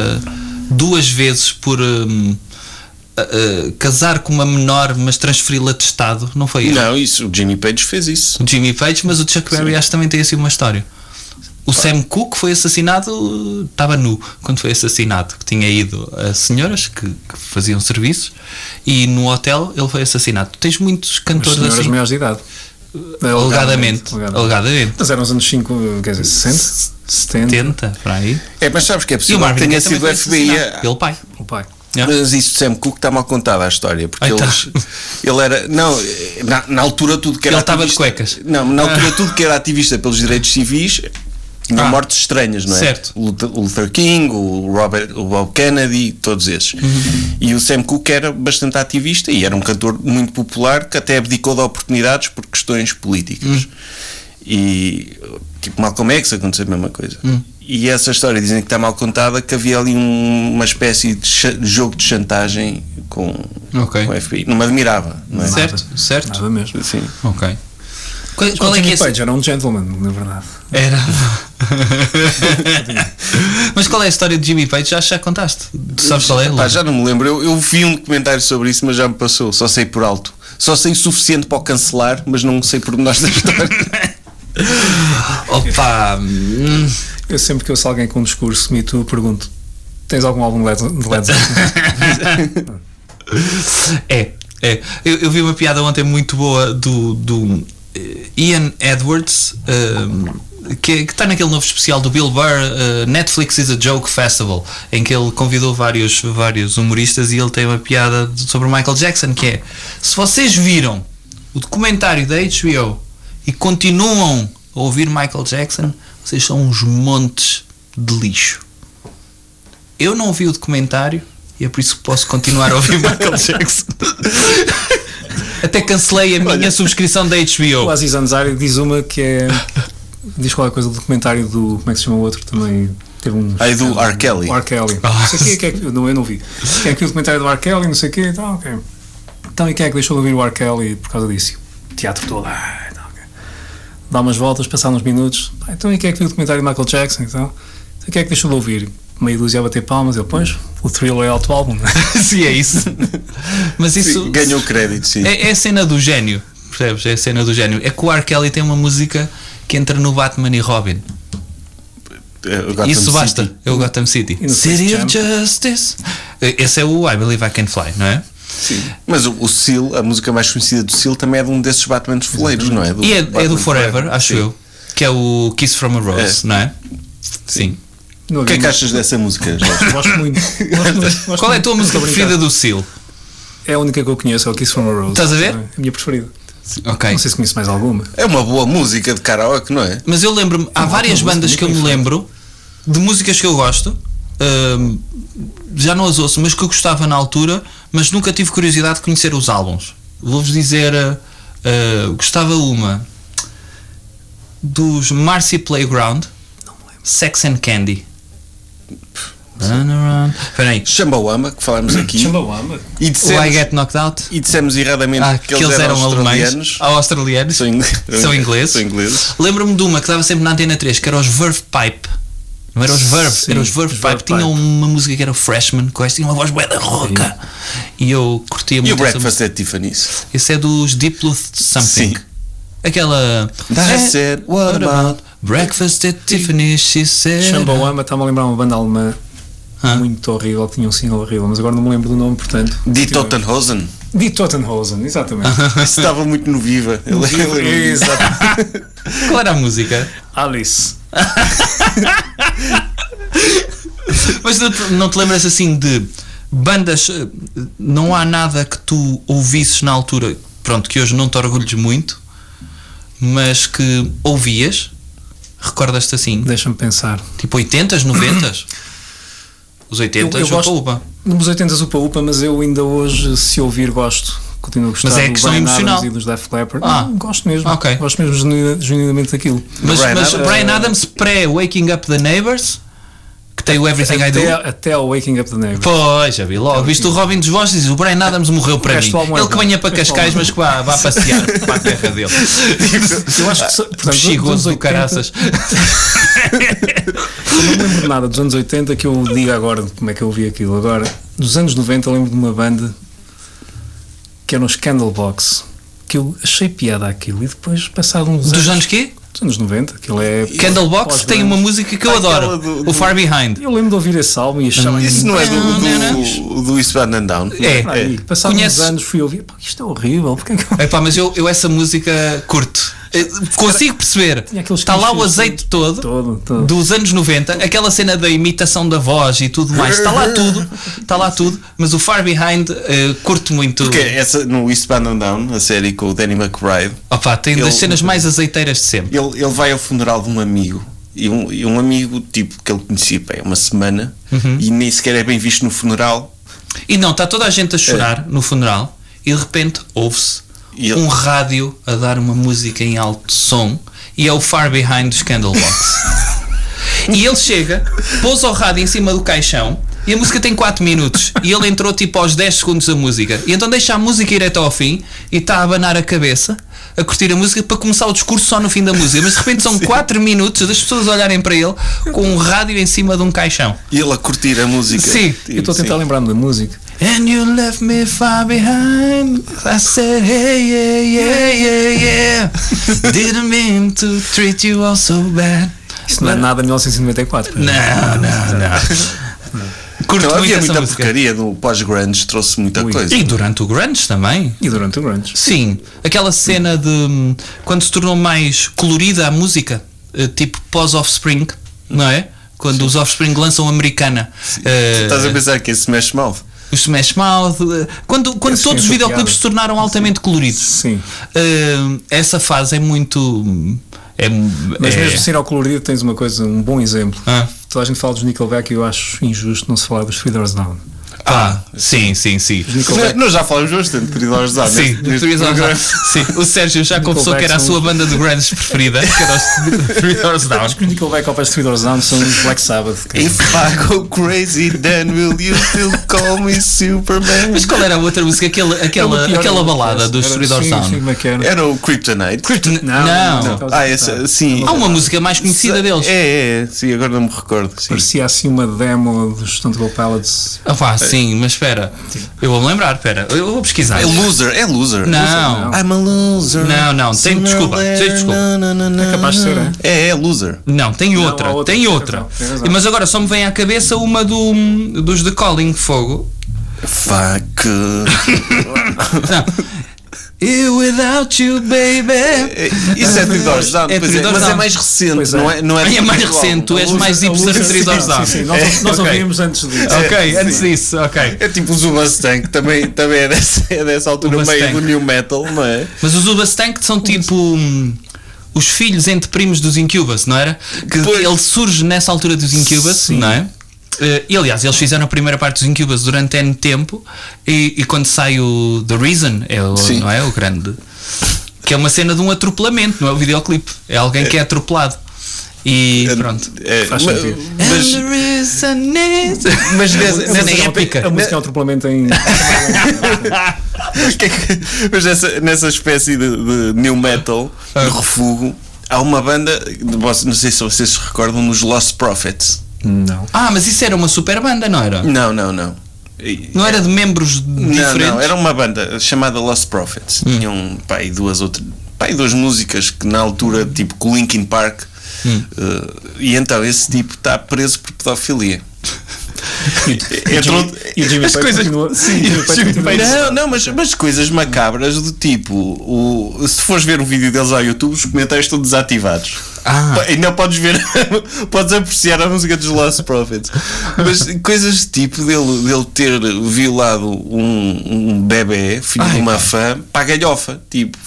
S2: duas vezes por hum, a- a- casar com uma menor, mas transferi-la de Estado? Não foi ele?
S8: não isso o Jimmy Page fez isso
S2: O Jimmy Page, mas o Chuck Berry acho que também tem assim uma história. O Sam Cooke foi assassinado, estava nu quando foi assassinado, que tinha ido a senhoras que, que faziam serviços e no hotel ele foi assassinado. Tens muitos
S5: As
S2: cantores
S5: senhoras
S2: assim,
S5: maiores de idade.
S2: é, alegadamente, alegadamente,
S5: Mas eram os anos 5, quer dizer, 60? 70?
S2: 70, para aí.
S8: é mas sabes que
S2: E
S8: é
S2: o
S8: possível que
S2: Marvin
S8: tenha
S2: Gaye também
S8: sido
S2: foi
S8: o FBI
S2: assassinado Pelo pai.
S5: O pai.
S2: Yeah.
S8: Mas isso de Sam Cooke está mal contada a história, porque
S2: Ah,
S8: ele,
S2: tá.
S8: ele era. Não, na, na altura tudo que era.
S2: Ele estava de
S8: ativista-
S2: cuecas.
S8: Não, na altura tudo que era ativista pelos direitos civis tinha
S2: Ah,
S8: mortes estranhas, não é?
S2: certo.
S8: O Luther, o Luther King, o, Robert, o Bob Kennedy, todos esses. E o Sam Cooke era bastante ativista e era um cantor muito popular que até abdicou de oportunidades por questões políticas. E tipo Malcolm X aconteceu a mesma coisa. E essa história dizem que está mal contada que havia ali um- uma espécie de cha- jogo de chantagem com,
S2: Ok.
S8: com o FBI. Não me admirava, não é?
S2: Certo, certo.
S5: Nada mesmo.
S8: Sim.
S2: Ok. Qual,
S5: Qual
S2: qual é que é esse-
S5: Page era um gentleman, na verdade.
S2: Era. Mas qual é a história de Jimmy Page? Já, já contaste? Tu sabes qual é?
S8: Pá,
S2: Laura?
S8: já não me lembro. Eu, eu vi um documentário sobre isso, mas já me passou. Só sei por alto. Só sei o suficiente para o cancelar, mas não sei por nós da história.
S2: Opa! hum,
S5: Eu sempre que ouço alguém com um discurso me tu pergunto: tens algum álbum de Led de Led Zeppelin?
S2: É, é. Eu, eu vi uma piada ontem muito boa do, do eh, Ian Edwards, eh, que que está naquele novo especial do Bill Burr, eh, Netflix is a Joke Festival, em que ele convidou vários, vários humoristas e ele tem uma piada de- sobre o Michael Jackson, que é se vocês viram o documentário da HBO e continuam a ouvir Michael Jackson, vocês são uns montes de lixo. Eu não vi o documentário, E é por isso que posso continuar a ouvir Michael Jackson. Até cancelei a minha subscrição da
S5: O
S2: HBO.
S5: Aziz Ansari diz uma que é. Diz qualquer coisa do documentário do. Como é que se chama o outro também? Teve um.
S8: Aí do R. Kelly.
S5: O R. Kelly.
S2: Ah.
S5: Não sei o quê, que é que- não, eu não vi. Tem aqui o documentário do R. Kelly, não sei o quê. Então, ok. Então, e quem é que deixou de ouvir o R. Kelly por causa disso? O teatro todo. ah, então, ok. Dá umas voltas, passar uns minutos. "Ah, Então, e quem é que viu o documentário de Michael Jackson? Então, então quem é que deixou de ouvir? Meia dúzia a bater palmas. Eu, pois, o Thriller é alto álbum.
S2: Sim, é isso. Mas isso
S8: Sim, ganhou crédito, sim.
S2: é, é a cena do gênio. Percebes? É a cena do gênio. É que o R. Kelly tem uma música que entra no Batman e Robin.
S8: É, o Gotham
S2: Isso
S8: City.
S2: basta. É o Gotham City.
S5: E no
S2: City
S5: Space
S2: of Justice. Esse é o I Believe I Can Fly, não é?
S8: Sim. Mas o, o Seal, a música mais conhecida do Seal, também é de um desses Batman foleiros, não é? Do
S2: E é, é
S8: Batman
S2: do Forever, acho
S8: Sim.
S2: eu. Que é o Kiss from a Rose,
S8: É.
S2: não é? Sim.
S5: Não
S8: O que é
S5: havia
S8: que achas dessa música, Jorge?
S5: muito. Gosto muito. Gosto muito. Gosto
S2: Qual é a
S5: muito.
S2: tua música
S5: Estou a brincar.
S2: preferida do Seal?
S5: É a única que eu conheço, é o Kiss from a Rose.
S2: Estás a ver?
S5: É a minha preferida.
S2: Ok.
S5: Não sei se conheço mais alguma.
S8: É uma boa música de karaoke, não é?
S2: Mas eu lembro-me, há várias
S5: música
S2: bandas
S5: muito
S2: que eu me
S5: bem feita.
S2: lembro de músicas que eu gosto, hum, já não as ouço, mas que eu gostava na altura, mas nunca tive curiosidade de conhecer os álbuns. Vou-vos dizer, uh, uh, gostava uma dos Marcy Playground, Sex and Candy. Run around. Espera aí.
S8: Chambawamba, que falámos aqui.
S5: Chambawamba.
S8: E
S2: O I
S8: dissemos,
S2: Get Knocked Out.
S8: e dissemos erradamente
S2: Ah,
S8: que eles eram, australianos.
S2: Ah, australianos.
S8: São ingleses.
S2: São ingleses.
S8: São ingleses.
S2: Lembro-me de uma que estava sempre na Antena 3, que era os Verve Pipe. Não era os Verve,
S5: Sim,
S2: era os Verve
S5: os
S2: Pipe.
S5: Verve
S2: Tinha
S5: Pipe.
S2: uma música que era o Freshman, que eu acho que tinha uma voz bué da rouca. E eu curtia
S8: E o
S2: muito essa
S8: Breakfast at Tiffany's.
S2: música. Esse é dos Deep Bluth Something.
S8: Sim.
S2: Aquela.
S8: I said, what about
S2: Breakfast at Tiffany's, she said.
S5: Chambawamba está-me a lembrar uma banda alemã
S2: Ah.
S5: muito horrível, que tinha um single horrível, mas agora não me lembro do nome, portanto.
S8: Die
S5: Continua.
S8: Tottenhausen?
S5: Die Tottenhausen, exatamente.
S8: Isso estava muito no Viva. Eu lembro.
S5: Exato.
S2: Qual era a música?
S5: Alice.
S2: Mas não te- não te lembras assim de bandas. eh, Não há nada que tu ouvisses na altura, pronto, que hoje não te orgulhes muito, mas que ouvias? Recordas-te assim?
S5: Deixa-me pensar.
S2: Tipo 80s, 90s? Os 80s,
S5: Eu- eu gosto-
S2: opa, opa.
S5: Nos 80 Upa Upa, mas eu ainda hoje, se ouvir, gosto. Continuo a gostar
S2: Mas é
S5: do
S2: questão
S5: Bryan
S2: emocional.
S5: Adams e dos Def Leppard.
S2: Ah.
S5: Não, gosto mesmo.
S2: Ok.
S5: Gosto mesmo genuina- genuinamente daquilo.
S2: Mas,
S8: Bryan
S2: mas
S8: Adams.
S2: Brian Adams pré-Waking Up the Neighbors, é que tem o Everything I Do.
S5: Até, até ao Waking Up the Neighbor.
S2: Pois, já vi logo. Viste o Robin dos Bons diz o Brian Adams morreu para mim.
S5: resto do álbum é
S2: Ele que
S5: bom.
S2: venha para
S5: O resto do
S2: Cascais,
S5: álbum é
S2: mas que vá, vá passear para a terra dele.
S5: Eu acho que, se- Ah, portanto, dos
S2: Chigoso do
S5: 80,
S2: caraças.
S5: Eu não lembro nada dos anos 80 que eu diga agora de como é que eu ouvi aquilo. Agora, dos anos 90 eu lembro de uma banda que era um Scandalbox, que eu achei piada aquilo e depois passado uns
S2: Dos anos quê?
S5: Dos anos 90, aquilo é...
S2: Candlebox tem uma música que eu adoro,
S8: do-
S2: o Far Behind.
S5: Eu lembro de ouvir esse álbum e
S2: Hum,
S5: achava...
S8: Isso não é do, do, do Eastbound and Down?
S2: É.
S5: Aí, Passados
S2: Conheces-
S5: uns anos fui ouvir, pá, isto é horrível, porque é que eu...
S2: Epá, mas eu, eu essa música curto. Eh, Consigo perceber.
S5: Tinha aqueles
S2: Está lá o
S5: clichês
S2: azeite todo,
S5: todo, todo.
S2: dos anos 90, aquela cena da imitação da voz e tudo mais. Está lá tudo, está lá tudo, mas o Far Behind eh, curto muito.
S8: Porque essa, no Eastbound and Down, a série com o Danny McBride,
S2: Opa, tem das
S8: Ele-
S2: cenas mais azeiteiras de sempre.
S8: ele, ele vai ao funeral de um amigo. E um, e um amigo, tipo, que ele conhecia bem há uma semana
S2: Uhum.
S8: e nem sequer é bem visto no funeral.
S2: E não, está toda a gente a chorar no funeral e de repente ouve-se
S8: É. E ele-
S2: um rádio a dar uma música em alto som e é o Far Behind dos Candlebox. e ele chega, pousa o rádio em cima do caixão e a música tem 4 minutos e ele entrou tipo aos 10 segundos da música. E então deixa a música ir até ao fim e está a abanar a cabeça. A curtir a música para começar o discurso só no fim da música, mas de repente são 4 minutos das pessoas olharem para ele com um rádio em cima de um caixão.
S8: E ele a curtir a música.
S2: Sim,
S5: Eu estou a tentar lembrar-me da música.
S2: And you left me far behind. I said, hey, yeah, yeah, yeah, yeah. Didn't mean to treat you all so bad.
S5: Isto não é nada de 1994. pois.
S2: Não, não, não. Curto
S8: Então,
S2: muito
S8: havia
S2: essa
S8: muita
S2: música.
S8: porcaria do pós-grandes, trouxe muita coisa.
S2: E durante o Grunge também.
S5: E durante o grunge.
S2: Sim, aquela cena de hum, quando se tornou mais colorida a música, eh, tipo pós-Offspring, não é? Quando os Offspring lançam Americana. eh,
S8: Estás a pensar que é Smash Mouth?
S2: os Smash Mouth, eh, quando, quando
S5: Esses
S2: todos os
S5: têm essa
S2: videoclipes
S5: piada.
S2: se tornaram altamente coloridos.
S5: Sim.
S2: Eh, essa fase é muito. É,
S5: Mas
S2: é-
S5: mesmo assim- sem ir ao colorido tens uma coisa, um bom exemplo.
S2: Ah.
S5: Toda a gente fala dos Nickelback e eu acho injusto não se falar dos Three Doors Down.
S2: Pá, sim, sim, sim.
S8: Já- Nós já falamos bastante, querido aos Zá,
S2: Sim,
S8: neste- neste
S2: Three Doors Down.
S8: programa.
S2: Sim, o Sérgio já confessou que era a sua banda de grunge preferida, que era os Three Doors Down.
S5: Os Nickelback ao pé de Three Doors Down são os Black Sabbath. cara.
S8: If I go crazy, then will you still call me Superman?
S2: Mas qual era a outra música? Aquela, aquela,
S5: Era é pior,
S2: aquela
S5: era-
S2: balada dos
S5: era-
S2: Three Doors
S5: sim, sim,
S2: Down.
S5: como é que era?
S8: Era o Kryptonite.
S2: N-
S5: Não,
S2: Não.
S5: não.
S8: Ah, essa, sim.
S2: Há uma música mais conhecida deles.
S8: É, é, é, sim, agora não me recordo. Sim.
S5: Parecia assim uma demo dos Stuntable Palace.
S2: Ah pá, sim, mas espera. Eu vou-me lembrar, espera. Eu vou pesquisar.
S8: É loser, é loser.
S2: Não.
S8: Loser. I'm a loser.
S2: Não, não, tem- desculpa, tem desculpa.
S8: É
S5: capaz de ser, é?
S8: É, é loser.
S2: Não, tem outra,
S5: há outra,
S2: tem
S5: tem
S2: outra.
S5: razão, tem razão.
S2: Mas agora só me vem à cabeça uma do, dos The Calling Fogo.
S8: Fuck.
S2: Não. You without you, baby.
S8: É, Isso é Three Doors Down,
S2: É
S8: pois
S2: Three
S8: é,
S2: Doors
S8: mas é
S2: Down.
S8: mais recente,
S5: é.
S8: não é? Não é,
S2: É mais
S8: igual.
S2: recente, tu és mais
S5: A Lusa-
S2: hipster de Three Doors Down.
S5: Sim, sim, nós, nós
S8: ok.
S5: ouvimos antes disso. É
S2: Ok, antes disso, ok.
S8: É tipo o Zubastan, que também, também é, dessa, é dessa altura,
S2: Zubastan.
S8: meio do new metal, não é?
S2: Mas os Ubastank são tipo hum, os filhos entre primos dos Incubus, não era? Que
S8: Pois.
S2: ele surge nessa altura dos Incubus, não é? Eh, E aliás, eles fizeram a primeira parte dos Incubus durante N tempo e, e quando sai o The Reason, é o,
S8: Sim.
S2: não é? O grande. Que é uma cena de um atropelamento, não é o videoclipe. É alguém que é atropelado. E pronto.
S8: É,
S5: Faz
S8: ma-
S5: sentido.
S8: mas-
S2: And the reason is-
S8: Mas
S2: A
S8: nessa,
S2: música
S8: nessa,
S2: é épica.
S5: A música é um atropelamento em.
S8: mas que é que- mas nessa, nessa espécie de, de new metal,
S5: Ah.
S8: de refugo, há uma banda, de vocês- não sei se vocês se recordam, nos Lost Prophets.
S5: Não.
S2: Ah, mas isso era uma super banda, não era?
S8: Não, não, não. E-
S2: Não era de membros diferentes?
S8: Não, não, era uma banda chamada Lost Prophets.
S5: Hum.
S8: Tinham pá, aí duas outras, pá, aí duas músicas que na altura, tipo com Linkin Park.
S5: Hum.
S8: eh, e então esse tipo está preso por pedofilia. Entrou-
S5: E o Jimmy
S8: as
S5: Page
S8: coisas-
S5: Tipo, continua.
S8: Sim,
S5: o
S2: Tipo,
S5: Jimmy Page
S8: Jimmy
S5: continua.
S8: Page- Não, não, mas, mas coisas macabras do tipo: o, se fores ver um vídeo deles ao YouTube, os comentários estão desativados.
S2: Ah.
S8: Pá, Ainda podes ver, podes apreciar a música dos Lost Prophets. Mas coisas tipo dele, dele ter violado um, um bebê, filho de uma fã, para a galhofa. Tipo,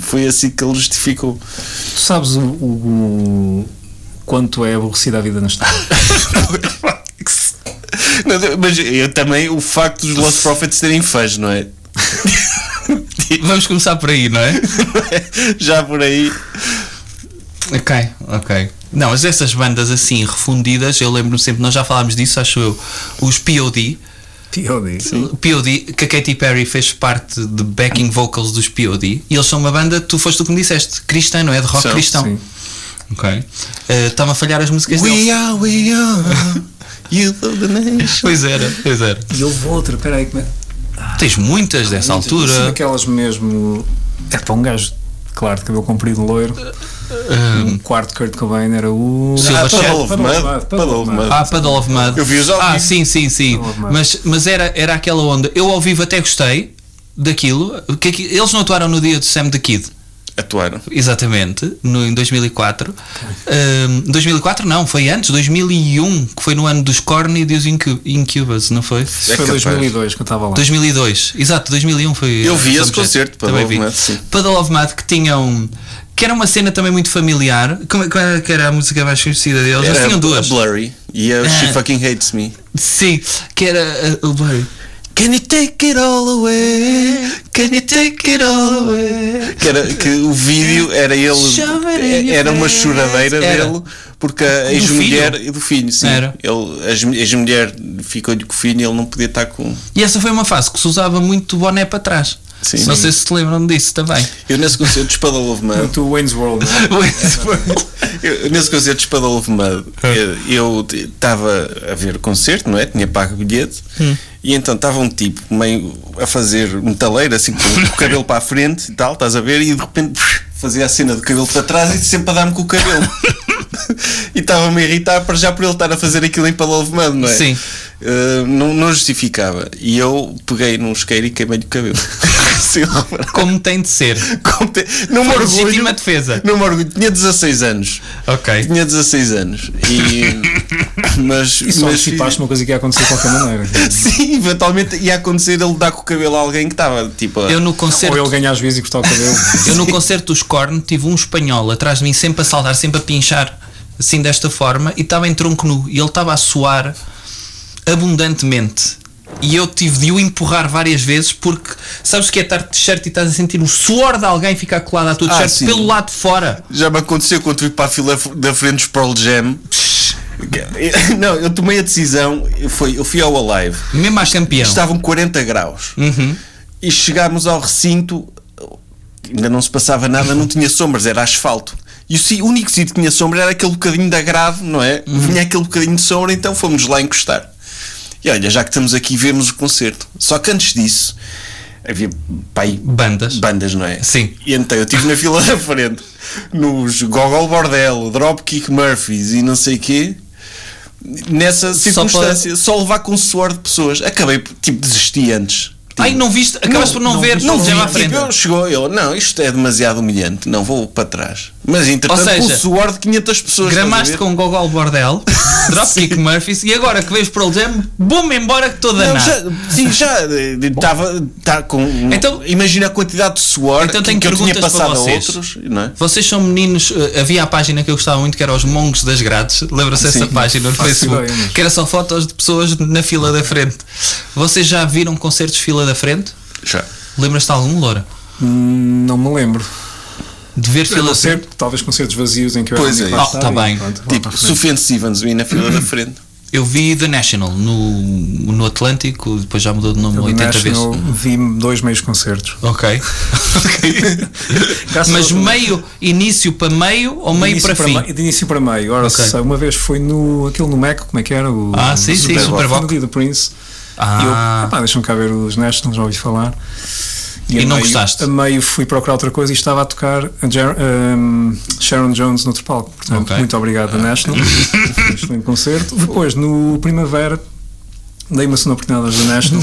S8: foi assim que ele justificou.
S5: Tu sabes o, o- o quanto é aborrecida a vida nas estrada?
S8: Não, Mas eu também, o facto dos Lost Prophets terem fãs, não é?
S2: Vamos começar por aí, não é?
S8: Já por aí.
S2: Ok, ok. Não, mas essas bandas assim refundidas, eu lembro-me sempre, nós já falámos disso, acho eu, os POD.
S5: P.O.D.
S2: POD, que a Katy Perry fez parte de backing vocals dos POD. E eles são uma banda, tu foste tu que me disseste, cristã, não é? De rock
S8: São,
S2: cristão.
S5: sim.
S2: Ok. Eh, Estão a falhar as músicas deles.
S8: We are, we are. Youth of the nation.
S2: Pois era, pois era.
S5: E houve outra, peraí, como é?
S2: Tens muitas dessa
S5: São
S2: altura.
S5: aquelas assim, mesmo. É para um gajo, claro, de cabelo comprido, loiro. Um quarto Kurt Cobain era o.
S2: Sim.
S8: Ah,
S2: Silverchair.
S8: Puddle of Mud. Puddle of Mud.
S2: Ah, Puddle of Mud.
S8: Eu vi os ao
S2: Ah,
S8: vivo.
S2: sim, sim, sim.
S5: Puddle of Mud.
S2: Mas, mas era, era aquela onda. Eu ao vivo até gostei daquilo. Que, aqui- eles não atuaram no dia do Sam the Kid.
S8: Atuaram.
S2: Exatamente, no, em 2004. Ahm, 2004 não, foi antes, 2001, que foi no ano dos Korn e dos Incu- Incubus, não foi?
S8: É
S5: Foi
S8: capaz.
S5: 2002 que eu estava lá.
S2: 2002, exato, 2001 foi.
S8: Eu vi
S2: eh,
S8: esse
S2: Subject.
S8: concerto, Puddle
S2: Também
S8: of
S2: vi.
S8: Mud, sim.
S2: Puddle of Mud, que tinham. que era uma cena também muito familiar. Como, qual era, que era a música mais conhecida deles? Eles assim
S8: Era
S2: tinham
S8: a
S2: duas.
S8: Blurry e a She
S2: Ah.
S8: Fucking Hates Me.
S2: Sim, que era uh, o Blurry.
S8: Can you take it all away? Can you take it all away? Que, era, que o vídeo era
S2: Shove it in
S8: ele.
S2: your
S8: Era uma
S2: face.
S8: choradeira
S2: Era.
S8: dele, porque a ex-mulher e do filho, sim.
S2: Era.
S8: Ele, a ex- ex-mulher ficou-lhe com o filho e ele não podia estar com.
S2: E essa foi uma fase que se usava muito boné para trás.
S8: Sim.
S2: Não sei se se lembram disso também.
S8: Eu nesse concerto de Espada Love Man.
S5: Muito Wayne's World. não é?
S8: Eu, nesse concerto de Espada Love Mud, eu- eu estava a ver o concerto, não é? Tinha pago o bilhete e então estava um tipo meio a fazer metaleiro, assim com o cabelo para a frente e tal, estás a ver? E de repente fazia a cena do cabelo para trás e sempre a dar-me com o cabelo. e estava-me a irritar para já por ele estar a fazer aquilo em Espada Love Mud, não é?
S2: Sim.
S8: Eh, não, não justificava. E eu peguei num isqueiro e queimei-lhe o cabelo. Se eu reparar.
S2: Como tem de ser.
S8: Como tem- Não me
S2: Foi
S8: orgulho.
S2: legítima defesa.
S8: Não me orgulho. Tinha 16 anos.
S2: Ok.
S8: Tinha 16 anos. E. mas.
S5: E só
S8: mas
S5: antecipaste uma coisa que é, ia acontecer de qualquer maneira.
S8: Sim, eventualmente ia acontecer ele dar com o cabelo a alguém que estava tipo. a-
S2: Eu no concerto.
S5: Ou ele ganha às vezes e cortar o cabelo.
S2: Eu no concerto dos Korn tive um espanhol atrás de mim sempre a saltar, sempre a pinchar, assim desta forma, e estava em tronco nu. E ele estava a suar abundantemente. e eu tive de o empurrar várias vezes porque sabes o que é estar de t-shirt e estás a sentir o suor de alguém ficar colado à tua
S8: Ah,
S2: t-shirt
S8: sim.
S2: pelo lado de fora.
S8: Já me aconteceu quando fui para a fila da frente dos Pearl Jam. Não, eu tomei a decisão, eu fui, eu fui ao Alive,
S2: Mesmo às campeão.
S8: estavam 40 um graus e chegámos ao recinto, ainda não se passava nada, não tinha sombras, era asfalto. E o si- o único sítio que tinha sombra era aquele bocadinho da grade, não é? Vinha aquele bocadinho de sombra, então fomos lá encostar. E olha, já que estamos aqui, vemos o concerto. Só que antes disso, havia pai,
S2: Bandas.
S8: bandas, não é?
S2: Sim.
S8: E então eu estive na fila da frente, nos Gogol Bordello, Dropkick Murphys e não sei quê, nessa circunstância, só, levar com suor de pessoas. Acabei, tipo, desisti antes. Tipo,
S2: Ai, não viste? Acabas por não, ver,
S8: Não
S2: já
S8: vi,
S2: lá à frente.
S8: tipo, eu chegou eu, não, isto é demasiado humilhante, não vou para trás. Mas entretanto,
S2: Ou seja,
S8: o suor de 500 pessoas.
S2: Gramaste
S8: estás a ver?
S2: com o Gogol Bordel, Dropkick Murphys e agora que vejo Pearl Jam, bum, embora que toda
S8: Não,
S2: nada.
S8: já, sim, já eh, estava tá com.
S2: Então-
S8: imagina a quantidade de suor
S2: Então
S8: que-
S2: tenho
S8: que eu tinha
S2: perguntas para
S8: passado a
S2: vocês.
S8: outros, não é?
S2: Vocês são meninos, eh, havia a página que eu gostava muito que era os Mongos das Grades, lembra-se essa
S8: Sim.
S2: página no
S5: Faço
S2: Facebook,
S5: ideia, mas-
S2: que era só fotos de pessoas na fila da frente. Vocês já viram concertos fila da frente?
S8: Já.
S2: Lembras-te de algum, Loura?
S5: Hum, Não me lembro.
S2: De ver fila da frente?
S5: Concerto, talvez concertos vazios em que eu
S8: Pois
S5: era
S8: é.
S5: muito lá
S2: Oh, tá
S5: estar e
S2: bem.
S5: pronto, vá
S8: Tipo,
S5: para a frente. Hum.
S8: Sufjan Stevens vi na fila da frente.
S2: Eu vi The National no, no Atlântico, depois já mudou de nome
S5: Eu
S2: 80
S5: National,
S2: vezes.
S5: vi dois meios concertos.
S2: Ok.
S5: Graças
S2: Mas
S5: ao-
S2: meio, início para meio ou
S5: de
S2: meio
S5: início
S2: para fim?
S5: meio- de início para meio. Ora,
S2: Ok.
S5: se uma vez foi no aquele no Mac, como é que era? O,
S2: Ah, sim,
S5: o
S2: sim,
S5: Bowl.
S2: Super Bowl.
S5: Foi no dia do Prince. E eu,
S2: Ah,
S5: epá, deixa-me cá ver os National, já ouvi falar.
S2: E
S5: a
S2: não
S5: meio-
S2: gostaste?
S5: A meio fui procurar outra coisa e estava a tocar a Jer- um, Sharon Jones no outro palco. Portanto,
S2: Ok. Ah.
S5: muito obrigado, a National. Foi um excelente concerto. Depois, no Primavera, dei uma segunda oportunidade da National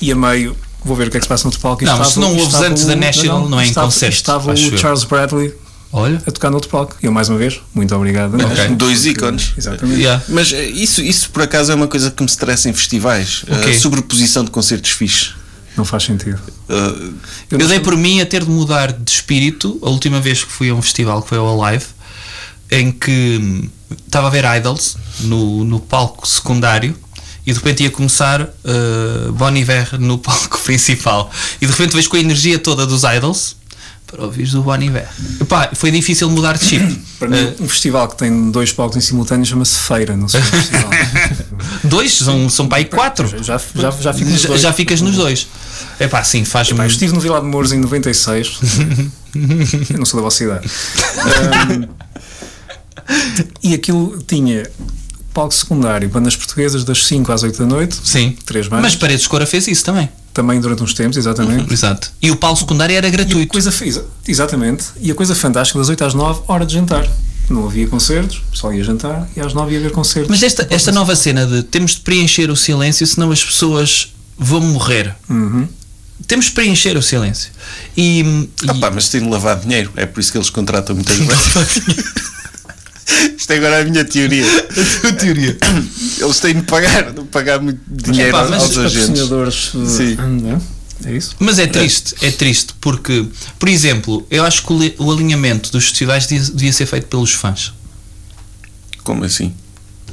S5: e a meio. Vou ver o que é que se passa no outro palco. e
S2: Não, mas
S5: estava-
S2: se não ouves
S5: estava
S2: antes
S5: o-
S2: da National, não é em
S5: estava-
S2: concerto,
S5: Estava
S2: acho eu.
S5: o Charles Bradley
S2: olha.
S5: a tocar no outro palco. Eu, mais uma vez, muito obrigado.
S2: Ok.
S8: Dois ícones.
S5: Exatamente.
S2: Yeah.
S8: Mas eh, isso, isso por acaso é uma coisa que me estressa em festivais.
S2: quê?
S8: A sobreposição de concertos fixes.
S5: Não faz sentido.
S8: Eh,
S2: Eu dei por mim a ter de mudar de espírito a última vez que fui a um festival que foi ao Alive, em que hum, estava a ver Idols no, no palco secundário e de repente ia começar uh, Bon Iver no palco principal e de repente vejo com a energia toda dos Idols para ouvires o Bon Iver. Epá, foi difícil mudar de chip.
S5: Para mim,
S2: É.
S5: um festival que tem dois palcos em simultâneo chama-se Feira, não sei se é um festival.
S2: Dois, são, são para aí quatro.
S5: já, já, já fico nos
S2: Já,
S5: dois.
S2: já ficas nos dois. Epá, sim, faz-me...
S5: Pá, eu estive no Vila de Mouros em 96. eu não sou da vossa idade. Ahm, e aquilo tinha palco secundário, bandas portuguesas das 5 às 8 da noite.
S2: Sim.
S5: Três bandas.
S2: Mas Paredes Cora fez isso também.
S5: Também durante uns tempos, exatamente.
S2: Exato. E o palco secundário era
S5: E a
S2: gratuito.
S5: coisa, exa- exatamente. E a coisa fantástica, das 8 às 9, hora de jantar. Não havia concertos, o pessoal ia jantar e às 9 ia haver concertos.
S2: Mas esta, esta nova cena de temos de preencher o silêncio, senão as pessoas vão morrer. Temos de preencher o silêncio. E,
S8: Ah
S2: e-
S8: pá, mas tem de lavar dinheiro, é por isso que eles contratam muitas bandas. Isto agora é a minha teoria. A tua teoria. Eles têm de pagar, de pagar muito dinheiro
S2: Epá, mas
S8: aos agentes.
S5: patrocinadores. eh,
S8: Sim.
S5: não É É isso?
S2: mas é triste, é triste, porque, por exemplo, eu acho que o, li- o alinhamento dos festivais devia, devia ser feito pelos fãs.
S8: Como assim?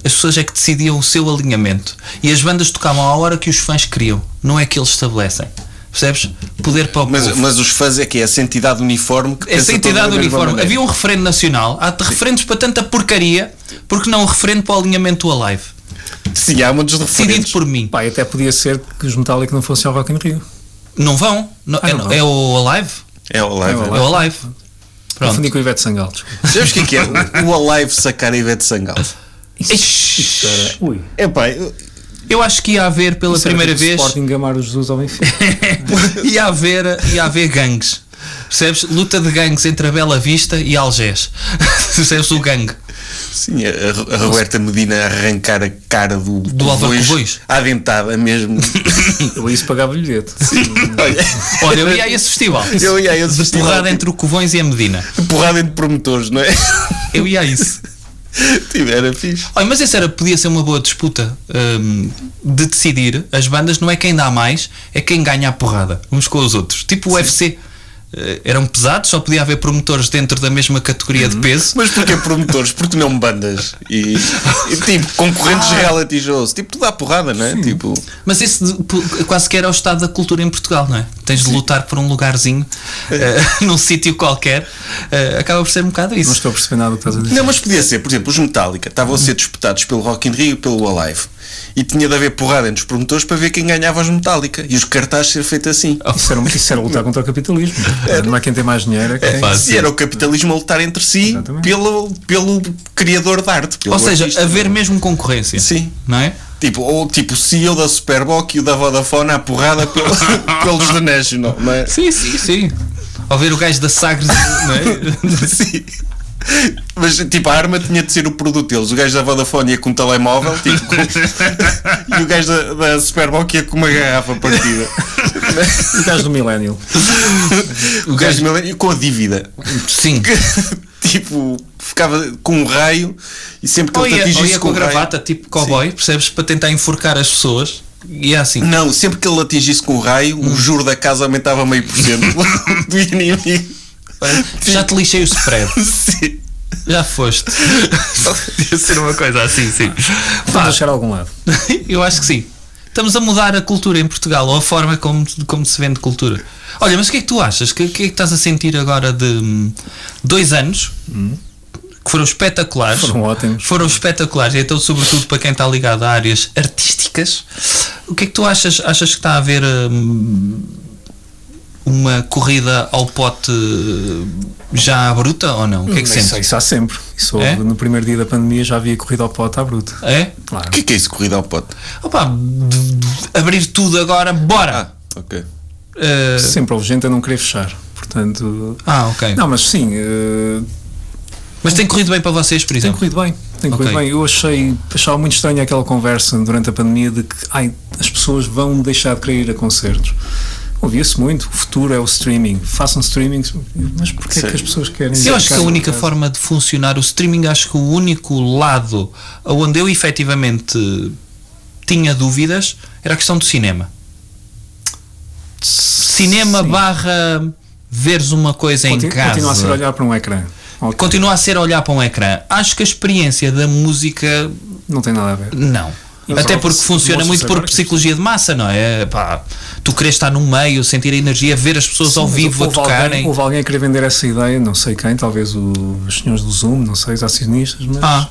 S2: As pessoas é que decidiam o seu alinhamento. E as bandas tocavam à hora que os fãs queriam, não é que eles estabelecem. Percebes? Poder para o
S8: Mas,
S2: povo.
S8: mas os fãs é que é essa entidade uniforme que pensa
S2: Oh, essa entidade
S8: toda da mesma
S2: uniforme.
S8: maneira.
S2: Havia um referendo nacional, há referendos para tanta porcaria, porque não um referendo para o alinhamento do Alive?
S8: Sim, há muitos
S2: Decidido
S8: referentes.
S2: por mim.
S5: Pá, e até podia ser que os Metallica não fossem ao Rock in Rio.
S2: Não vão? Não-
S5: Ah,
S2: é,
S5: não vão.
S2: é o Alive?
S8: É o Alive.
S5: É o
S2: É
S5: Alive.
S2: o Alive.
S5: Confundi
S2: Pronto.
S5: com o Ivete Sangal. desculpa.
S8: Sabes o que é que é? O Alive sacar a Ivete Sangal.
S2: Ixi,
S8: É pá, eu-
S2: Eu acho que ia haver pela
S5: Isso era
S2: primeira
S5: tipo
S2: vez,
S5: Sporting amar o Jesus ao Benfica.
S2: ia haver, ia haver gangues. Percebes? Luta de gangues entre a Bela Vista e Algés. Percebes o gangue?
S8: sim, a, a- a Roberta Medina arrancar a cara do, do
S2: Álvaro Covões.
S8: à dentada mesmo.
S5: Eu isso pagava bilhete.
S8: Olha,
S2: Olha, eu ia a esse festival.
S8: eu ia a esse
S2: De
S8: festival.
S2: porrada entre o Covões e a Medina.
S8: Porrada entre promotores, não é?
S2: Eu ia a isso.
S8: Tipo, era fixe.
S2: Olha, mas essa era, podia ser uma boa disputa hum, de decidir. As bandas não é quem dá mais, é quem ganha a porrada uns com os outros. Tipo o UFC. eh, eram pesados, só podia haver promotores dentro da mesma categoria
S8: Uhum.
S2: de peso.
S8: Mas porquê promotores? Porque não bandas e, e, tipo concorrentes reality shows, tipo tudo à porrada, não é? Tipo,
S2: Mas esse de- pu- quase que era o estado da cultura em Portugal, não é? Tens de lutar por um lugarzinho
S8: É.
S2: eh, num sítio qualquer, eh, acaba por ser um bocado
S5: Não
S2: isso.
S5: estou a perceber nada do que estás a dizer.
S8: não, mas podia ser, por exemplo, os Metallica estavam a ser disputados pelo Rock in Rio e pelo Alive e tinha de haver porrada entre os promotores para ver quem ganhava os Metallica e os cartazes ser feito assim.
S5: Isso era, um- isso era lutar contra o capitalismo. Não há quem tem mais dinheiro. é quem-
S2: fácil.
S8: Se era o capitalismo a lutar entre si
S5: Exatamente.
S8: pelo, pelo criador de arte. pelo
S2: Ou seja,
S8: um artista. é?
S2: haver mesmo concorrência.
S8: Sim.
S2: Não é?
S8: Tipo, ou tipo o CEO da Superboc e o da Vodafone à porrada pelo- pelos da National, não é?
S2: Sim, sim, sim. Ao ver o gajo da Sagres, não é?
S8: Sim. Mas tipo, a arma tinha de ser o produto deles. O gajo da Vodafone ia com um telemóvel tipo, com- e o gajo da, da Superboc ia com uma garrafa partida.
S5: O gajo do Millennial.
S8: O gajo milen- com a dívida.
S2: Sim.
S8: tipo, ficava com um raio e sempre que
S2: Ou
S8: ele te
S2: ia, ou
S8: atingisse
S2: ia com a
S8: um raio-
S2: gravata, tipo cowboy, percebes? Para tentar enforcar as pessoas. E é assim.
S8: Não, sempre que ele atingisse com o raio, o juro da casa aumentava meio por cento do inimigo.
S2: Já te lixei o spread.
S8: Sim.
S2: Já foste. Deve ser uma coisa assim, sim.
S5: Vamos deixar a algum lado.
S2: Eu acho que sim. Estamos a mudar a cultura em Portugal, ou a forma como, como se vende cultura. Olha, mas o que é que tu achas? O que, o que é que estás a sentir agora de hum, dois anos? Que foram espetaculares.
S5: Hum. Foram ótimos.
S2: Foram espetaculares. E então, sobretudo para quem está ligado a áreas artísticas, o que é que tu achas? Achas que está a haver hum, uma corrida ao pote hum, já à bruta ou não? O que é que
S5: Isso,
S2: sentes?
S5: isso há sempre. Isso
S2: É?
S5: houve no primeiro dia da pandemia já havia corrido ao pote à bruta.
S2: É?
S5: Claro.
S8: O que é que é isso, corrida ao pote?
S2: Opa, d- d- abrir tudo agora, bora!
S8: Ah, ok.
S2: Eh,
S5: Sempre houve gente a não querer fechar. Portanto.
S2: Ah, ok.
S5: Não, mas sim, eh,
S2: Mas tem corrido bem para vocês, por
S5: tem
S2: exemplo.
S5: corrido bem. Tem corrido
S2: Ok.
S5: bem. Eu achei, achava muito estranha aquela conversa durante a pandemia de que ai, as pessoas vão deixar de querer ir a concertos. Ouvia-se muito, o futuro é o streaming, façam streaming, mas porquê é que
S8: Sim.
S5: as pessoas querem
S2: Eu acho que
S5: ficar
S2: a
S5: em
S2: única
S5: casa?
S2: forma de funcionar o streaming, acho que o único lado onde eu efetivamente tinha dúvidas era a questão do cinema. Cinema
S5: Sim.
S2: barra veres uma coisa em
S5: Continu-
S2: casa.
S5: Continua a ser olhar para um ecrã. Ok,
S2: Continua a ser olhar para um ecrã. Acho que a experiência da música
S5: Não tem nada a ver.
S2: Não.
S5: Mas
S2: Até
S5: agora
S2: porque
S5: se-
S2: funciona
S5: mostra-se
S2: muito por
S5: agora que-
S2: psicologia de massa, não é? Pá, tu queres estar no meio, sentir a energia, ver as pessoas ao
S5: Sim, mas
S2: vivo a
S5: houve Alguém,
S2: tocarem.
S5: houve alguém a querer vender essa ideia, não sei quem, talvez o- os senhores do Zoom, não sei, os acionistas, mas.
S2: Ah.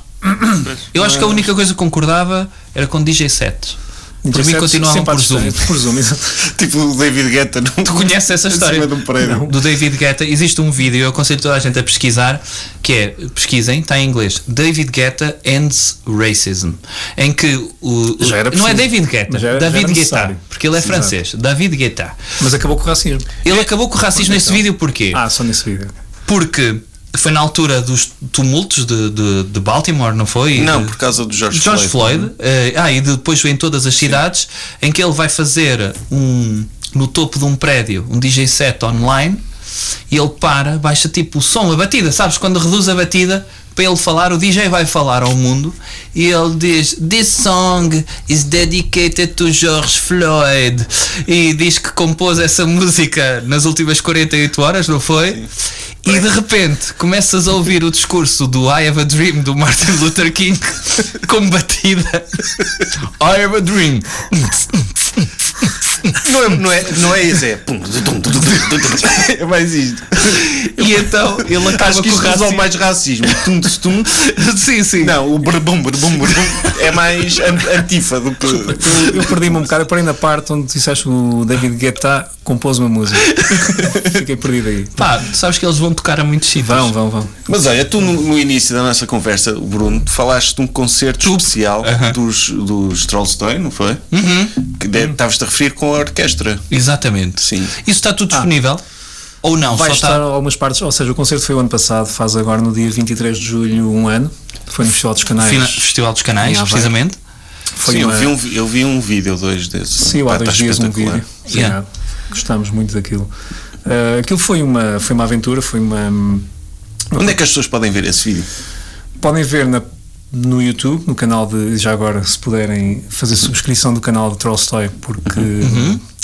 S2: Eu acho que a única coisa que concordava era com DJ 7. Por mim
S5: Intercept
S2: continuavam
S5: sempre
S2: por
S5: à
S2: Zoom.
S5: distância, Por Zoom, exato.
S8: Tipo o David Guetta. não-
S2: Tu conheces essa
S8: em
S2: história
S8: cima de um prédio.
S2: do David Guetta? Existe um vídeo, eu aconselho toda a gente a pesquisar, que é, pesquisem, está em inglês, David Guetta Ends Racism, em que o...
S5: Já era
S2: não é
S5: preciso.
S2: David Guetta,
S5: Mas já era- já era
S2: David Guetta,
S5: necessário.
S2: porque ele é
S5: Sim,
S2: francês, David Guetta.
S5: Mas acabou com o racismo.
S2: Ele acabou com o racismo nesse vídeo porquê?
S5: Ah, só nesse vídeo.
S2: Porque foi na altura dos tumultos de, de, de Baltimore, não foi?
S8: Não,
S2: De-
S8: por causa do George,
S2: George Floyd. eh, ah, e depois em todas as cidades, em que ele vai fazer um no topo de um prédio um DJ set online e ele para, baixa tipo o som, a batida, sabes? Quando reduz a batida para ele falar, o DJ vai falar ao mundo e ele diz: This song is dedicated to George Floyd. E diz que compôs essa música nas últimas 48 horas, não foi? E de repente começas a ouvir o discurso do I Have a Dream do Martin Luther King como batida. I Have a Dream.
S8: Não é, não é, não é esse, é. pum, tum, tum, tum, tum, tum. É mais isto.
S2: E então ele acaba
S8: Acho que
S2: com o
S8: isto resolve
S2: racismo.
S8: mais racismo. Tum, tum, tum.
S2: Sim, sim.
S8: Não, o brum, brum, brum é mais an- antifa do que.
S5: Eu, eu perdi-me um bocado, eu parei na parte onde disseste que o David Guetta compôs uma música. Fiquei perdido aí.
S2: Pá, tu sabes que eles vão tocar a muitos sítios.
S5: Vão, vão, vão.
S8: Mas olha, tu no, no início da nossa conversa, o Bruno, tu falaste de um concerto especial
S2: Aham. Uhum.
S8: dos, dos Trollstoy, não foi? Que de- estavas-te a referir com a orquestra.
S2: Exatamente.
S8: Sim.
S2: Isso está tudo disponível? Ou não?
S5: Ah. Vai
S2: só
S5: estar
S2: está...
S5: algumas partes, ou seja, o concerto foi o ano passado, faz agora no dia 23 de julho um ano. Foi no Festival dos Canais.
S2: Fina- Festival dos Canais,
S5: Em Aveiro.
S2: precisamente.
S5: Foi
S8: Sim,
S5: uma-
S8: eu, vi um, vi- eu vi um vídeo ou dois desses.
S5: Saiu há
S8: Pá,
S5: dois
S8: está
S5: dias um
S8: espetacular.
S5: vídeo. Sim,
S2: Yeah.
S5: é. Gostámos muito daquilo. Ah, aquilo foi uma, foi uma hum, aventura, foi uma.
S8: Onde é que as pessoas podem ver esse vídeo?
S5: Podem ver na no YouTube, no canal de. Já agora, se puderem fazer subscrição do canal de Tolstói, porque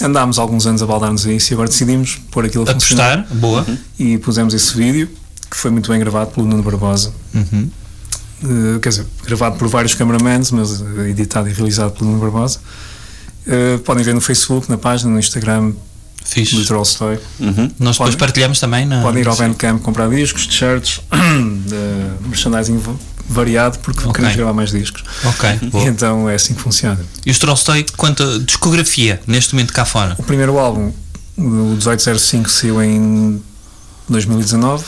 S5: andámos alguns anos a baldar-nos a isso e agora decidimos pôr aquilo a funcionar.
S2: Apostar, boa.
S5: E pusemos esse vídeo, que foi muito bem gravado pelo Nuno Barbosa.
S2: Uhum.
S5: Eh, quer dizer, gravado por vários cameramans, mas eh, editado e realizado pelo Nuno Barbosa. Eh, podem ver no Facebook, na página, no Instagram do
S2: Fixe.
S5: Trollstoy.
S2: Nós depois
S5: Podem-
S2: partilhamos também na.
S5: Podem ir ao Bandcamp comprar discos, t-shirts, eh, merchandising va- variado, porque
S2: Ok.
S5: queremos gravar mais discos.
S2: Ok,
S5: E
S2: boa.
S5: então é assim que funciona.
S2: E os Tolstói, quanto a discografia, neste momento cá fora?
S5: O primeiro álbum, o 1805, saiu em 2019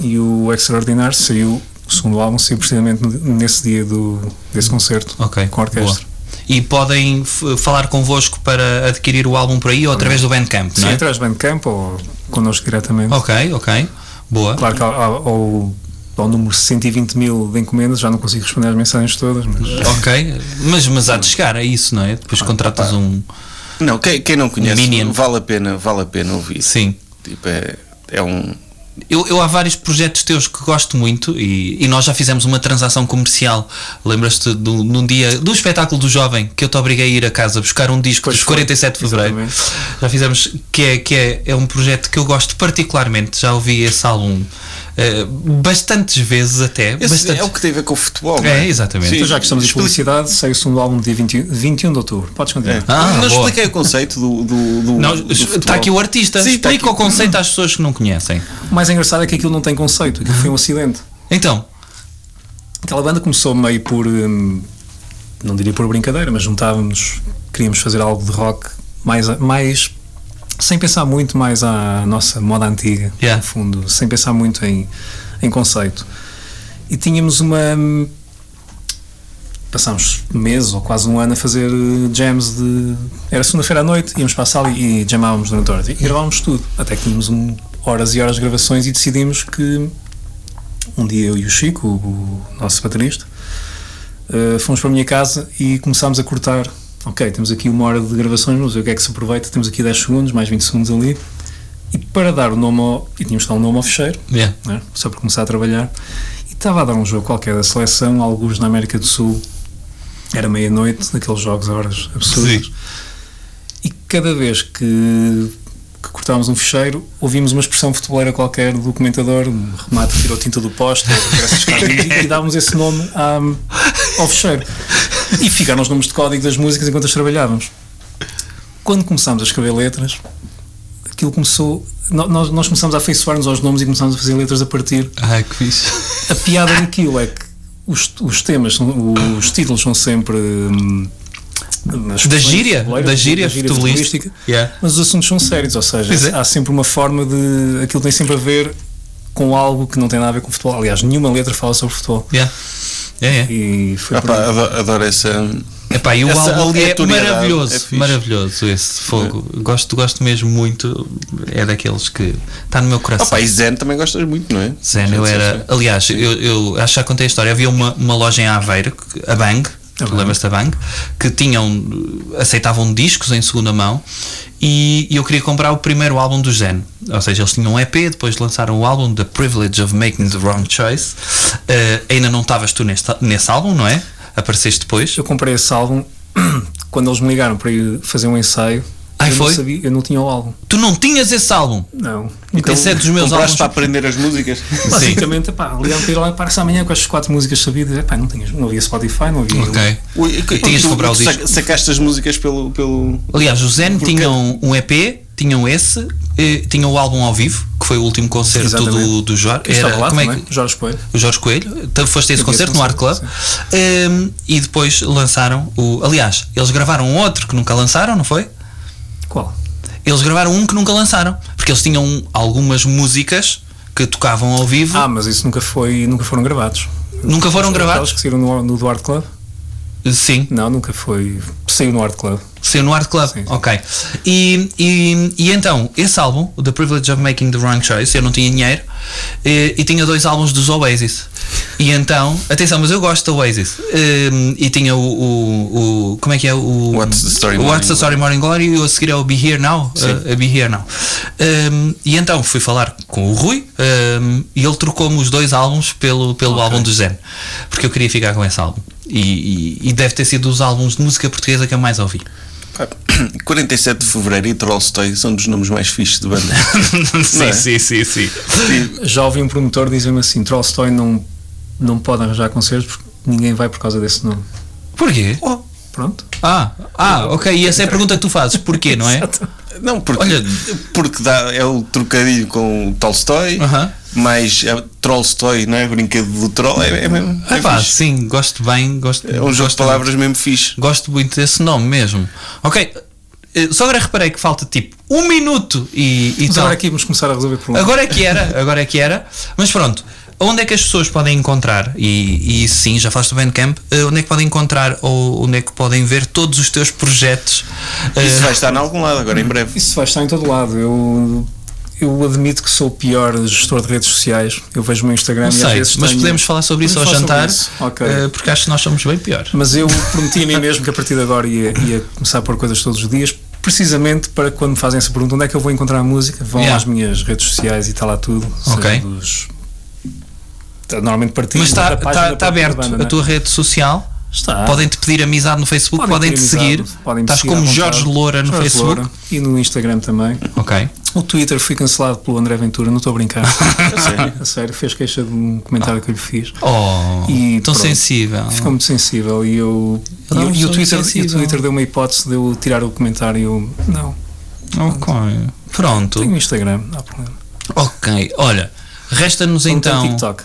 S5: e o Extraordinário saiu, o segundo álbum, saiu precisamente nesse dia do, desse concerto
S2: Ok,
S5: com a orquestra.
S2: boa. E podem f- falar convosco para adquirir o álbum por aí ou através do Bandcamp,
S5: Sim,
S2: não é?
S5: atrás do Bandcamp ou connosco diretamente.
S2: Ok, ok. Boa.
S5: Claro que ao, ao, ao número 120 mil de encomendas já não consigo responder às mensagens todas, mas
S2: Ok. Mas, mas há de chegar a isso, não é?
S5: Ah,
S2: Depois contratas um.
S8: Não, quem, quem não conhece,
S2: Minion.
S8: vale a pena, vale a pena ouvir.
S2: Sim.
S8: Tipo, é, é um.
S2: Eu, eu há vários projetos teus que gosto muito e, e nós já fizemos uma transação comercial. Lembras-te do- num um dia do espetáculo do jovem que eu te obriguei a ir a casa buscar um disco
S5: Pois
S2: dos
S5: foi,
S2: 47 de Fevereiro.
S5: exatamente.
S2: Já fizemos que é, que é, é um projeto que eu gosto particularmente. Já ouvi esse álbum eh, bastantes vezes até.
S8: Esse
S2: bastante-
S8: é o que tem a ver com o futebol. não
S2: É, exatamente.
S8: Sim.
S5: então, já que estamos em
S8: Explica-
S5: publicidade, saiu o segundo álbum dia 20, 21 de um, outubro. Podes continuar.
S8: É.
S2: Ah,
S8: não
S2: boa.
S8: expliquei o conceito do. do, do-
S2: Não,
S8: do
S2: está
S8: futebol.
S2: aqui o artista.
S8: Sim, está
S2: Explica
S8: aqui.
S2: o conceito às pessoas que não conhecem.
S5: O mais engraçado é que aquilo não tem conceito, aquilo foi um acidente.
S2: Então,
S5: Aquela banda começou meio por. hum, não diria por brincadeira, mas juntávamos, queríamos fazer algo de rock mais. a- mais sem pensar muito mais à nossa moda antiga,
S2: Yeah.
S5: no fundo, sem pensar muito em, em conceito. E tínhamos uma. hum, Passámos meses ou quase um ano a fazer eh, jams de. Era segunda-feira à noite, íamos para a sala e, e jamávamos durante horas. E gravávamos tudo. Até que tínhamos um- horas e horas de gravações e decidimos que um dia eu e o Chico, o, o nosso baterista, eh, fomos para a minha casa e começámos a cortar. Ok, temos aqui uma hora de gravações, vamos ver o que é que se aproveita. Temos aqui 10 segundos, mais 20 segundos ali. E para dar o nome ao. E tínhamos que dar um nome ao fecheiro,
S2: yeah.
S5: né, só para começar a trabalhar. E estava a dar um jogo qualquer da seleção, alguns na América do Sul. Era meia-noite, daqueles jogos a horas absurdas.
S2: Sim.
S5: E cada vez que, que cortávamos um fecheiro, ouvimos uma expressão futebolera qualquer do comentador, um remate que tirou tinta do poste, ou graças a Deus, e, e dávamos esse nome à- ao fecheiro. E ficaram os nomes de código das músicas enquanto as trabalhávamos. Quando começámos a escrever letras, aquilo começou. no- Nós, nós começámos a afeiçoar-nos aos nomes e começámos a fazer letras a partir
S2: Ai, que fixe.
S5: a piada daquilo é que os, os temas, são- os títulos são sempre. hum, nas
S2: Da
S5: expressões
S2: gíria,
S5: futeboleiras,
S2: da gíria futebolística.
S5: futebolística,
S2: Yeah.
S5: mas os assuntos são sérios, ou
S2: Pois é.
S5: seja, há sempre uma forma de. aquilo tem sempre a ver com algo que não tem nada a ver com futebol. Aliás, nenhuma letra fala sobre futebol.
S2: Yeah. É, é.
S5: E foi
S8: Ah,
S5: por aí.
S8: pá, adoro, adoro essa.
S2: Epá, e o
S8: Essa
S2: álbum é
S8: aleatoriedade
S2: maravilhoso,
S8: é fixe.
S2: maravilhoso esse fogo. Gosto, gosto mesmo muito. É daqueles que está no meu
S8: Ah,
S2: coração.
S8: pá, e Zen também gostas muito, não é?
S2: Zen, eu era. Aliás, eu, eu acho que já contei a história. Havia uma, uma loja em Aveiro, que- a Bang, tu lembras-te da Bang, que tinham, aceitavam discos em segunda mão e, e eu queria comprar o primeiro álbum do Zen. Ou seja, eles tinham um EP, depois lançaram o álbum The Privilege of Making the Wrong Choice. Eh, ainda não estavas tu neste, nesse álbum, não é? Apareceste depois.
S5: Eu comprei esse álbum quando eles me ligaram para ir fazer um ensaio.
S2: Ai,
S5: eu
S2: foi?
S5: Não sabia, eu não tinha o álbum.
S2: Tu não tinhas esse álbum?
S5: Não.
S2: Então, esse é dos meus
S8: Compraste
S2: álbuns.
S8: para aprender as músicas.
S2: Sim.
S5: Basicamente, pá, ligaram para ir lá, para amanhã com as quatro músicas sabidas. Epá, não, tinhas, não havia Spotify, não havia.
S2: Ok.
S8: Ui, e que-
S2: Tinhas de
S8: tu-
S2: comprar o
S8: tu
S2: disco.
S8: Sacaste as músicas pelo. pelo...
S2: Aliás, o Zen
S8: Porque-
S2: tinham um EP, tinham esse, eh, tinham o álbum ao vivo, que foi o último concerto
S5: Exatamente.
S2: do, do Jorge.
S5: Eu estava lá
S2: como é
S5: também,
S2: que-
S5: Jorge Coelho.
S2: o Jorge Coelho, tu foste a esse
S5: Eu vi esse
S2: concerto no Art Club
S5: concerto,
S2: ehm, e depois lançaram o. Aliás, eles gravaram um outro que nunca lançaram, não foi?
S5: Qual?
S2: Eles gravaram um que nunca lançaram, porque eles tinham algumas músicas que tocavam ao vivo,
S5: Ah, mas isso nunca foi, nunca foram gravados.
S2: nunca foram
S5: Aquelas
S2: gravados.
S5: que saíram no, no Duarte Club?
S2: Sim,
S5: Não, nunca foi. Saiu no Art Club.
S2: Saiu no Art Club,
S5: Sim, sim.
S2: ok. E, e, e então, esse álbum, o The Privilege of Making the Wrong Choice, eu não tinha dinheiro e, e tinha dois álbuns dos Oasis. E então, atenção, mas eu gosto do Oasis. Hum, E, tinha o, o, o- Como é que é? O,
S8: What's the Story
S2: o
S8: Morning
S2: What's the Story Morning Glory e o a seguir é o Be Here Now. uh, a Be Here Now. Hum, e então fui falar com o Rui hum, e ele trocou-me os dois álbuns pelo, pelo álbum do Zen, porque eu queria ficar com esse álbum. E, e- e deve ter sido dos álbuns de música portuguesa que eu mais ouvi.
S8: Pá, 47 de Fevereiro e Trollstoy são dos nomes mais fixes de banda.
S2: sim,
S8: Não é?
S2: sim, sim, sim.
S5: Já ouvi um promotor dizer-me assim: Trollstoy não, não pode arranjar concertos porque ninguém vai por causa desse nome.
S2: Porquê?
S5: Pronto. Então,
S2: Ah, ah, ok. E essa é a pergunta que tu fazes. Porquê, não é?
S8: Não, porque,
S2: Olha-
S8: porque dá, é o trocadilho com o Tolstói,
S2: Aham.
S8: mas é, Trollstói não é brinquedo do troll, é, é mesmo. É,
S2: Ah, pá,
S8: fixe.
S2: sim, gosto bem. Gosto,
S8: É um jogo de
S2: gosto-
S8: palavras mesmo fixe.
S2: Gosto muito desse nome mesmo. Ok. eh, Só agora reparei que falta tipo um minuto e, e
S5: Mas
S2: tal.
S5: agora aqui vamos começar a resolver problemas.
S2: Então. Agora é que era, agora é que era. Mas pronto, onde é que as pessoas podem encontrar? E, e sim, já falaste do Bandcamp. eh, Onde é que podem encontrar ou onde é que podem ver todos os teus projetos? eh,
S8: Isso vai estar em algum lado agora, em breve.
S5: Isso vai estar em todo lado. Eu, eu admito que sou o pior gestor de redes sociais. Eu vejo o meu Instagram
S2: Não
S5: e às
S2: sei,
S5: vezes
S2: mas
S5: tenho-
S2: podemos falar sobre isso ao
S5: Podemos falar
S2: jantar,
S5: sobre isso. Ok.
S2: eh, porque acho que nós somos bem pior.
S5: Mas eu prometi a mim mesmo que a partir de agora ia, ia começar a pôr coisas todos os dias, precisamente para quando me fazem essa pergunta onde é que eu vou encontrar a música, vão
S2: Yeah.
S5: às minhas redes sociais e está lá tudo. seja
S2: Ok.
S5: dos- tá Normalmente partido
S2: Mas está
S5: da página
S2: tá,
S5: da
S2: tá
S5: própria
S2: aberto
S5: banda,
S2: a
S5: não é?
S2: tua rede social.
S5: Está.
S2: Podem-te pedir amizade no Facebook,
S5: Podem
S2: podem-te
S5: ter
S2: seguir.
S5: amizade, podem-me
S2: Estás
S5: seguir à
S2: como
S5: vontade.
S2: Jorge Loura no
S5: Jorge
S2: Facebook.
S5: Loura. E no Instagram também.
S2: Ok.
S5: O Twitter fui cancelado pelo André Ventura, não estou a brincar. a, sério? fez queixa de um comentário que eu lhe fiz.
S2: Oh,
S5: E
S2: tão
S5: pronto.
S2: sensível.
S5: Ah. Ficou muito sensível e eu.
S2: Ele é
S5: e
S2: uma pessoa
S5: eu- e, o Twitter,
S2: muito
S5: e o
S2: sensível.
S5: Twitter deu uma hipótese de eu tirar o comentário e eu. Não,
S2: Ok.
S5: tenho
S2: Pronto.
S5: o Instagram, não há problema.
S2: Ok. Olha, resta-nos
S5: Não tenho
S2: então.
S5: TikTok.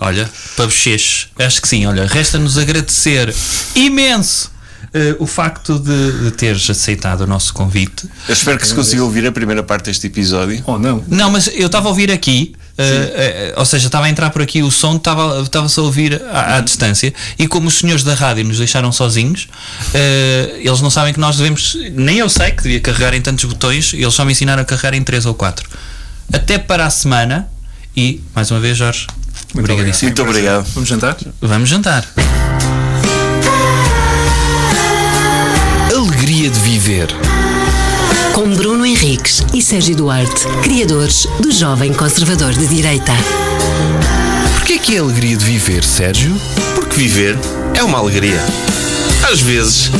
S2: olha, para bochechos, acho que sim. Olha, resta-nos agradecer imenso eh, o facto de, de teres aceitado o nosso convite.
S8: Eu espero que
S2: é
S8: se consiga ouvir a primeira parte deste episódio.
S5: Ou Oh, não.
S2: Não, mas eu estava a ouvir aqui, eh, eh, ou seja, estava a entrar por aqui o som, estava estava só a ouvir à, à distância. E como os senhores da rádio nos deixaram sozinhos, eh, eles não sabem que nós devemos, nem eu sei que devia carregar em tantos botões, eles só me ensinaram a carregar em três ou quatro. Até para a semana e, mais uma vez, Jorge, obrigadíssimo.
S8: Muito obrigado.
S5: Vamos jantar?
S2: Vamos jantar.
S1: Alegria de viver.
S4: Com Bruno Henriques e Sérgio Duarte, criadores do Jovem Conservador de Direita.
S1: Porquê que é alegria de viver, Sérgio?
S9: Porque viver é uma alegria. Às vezes.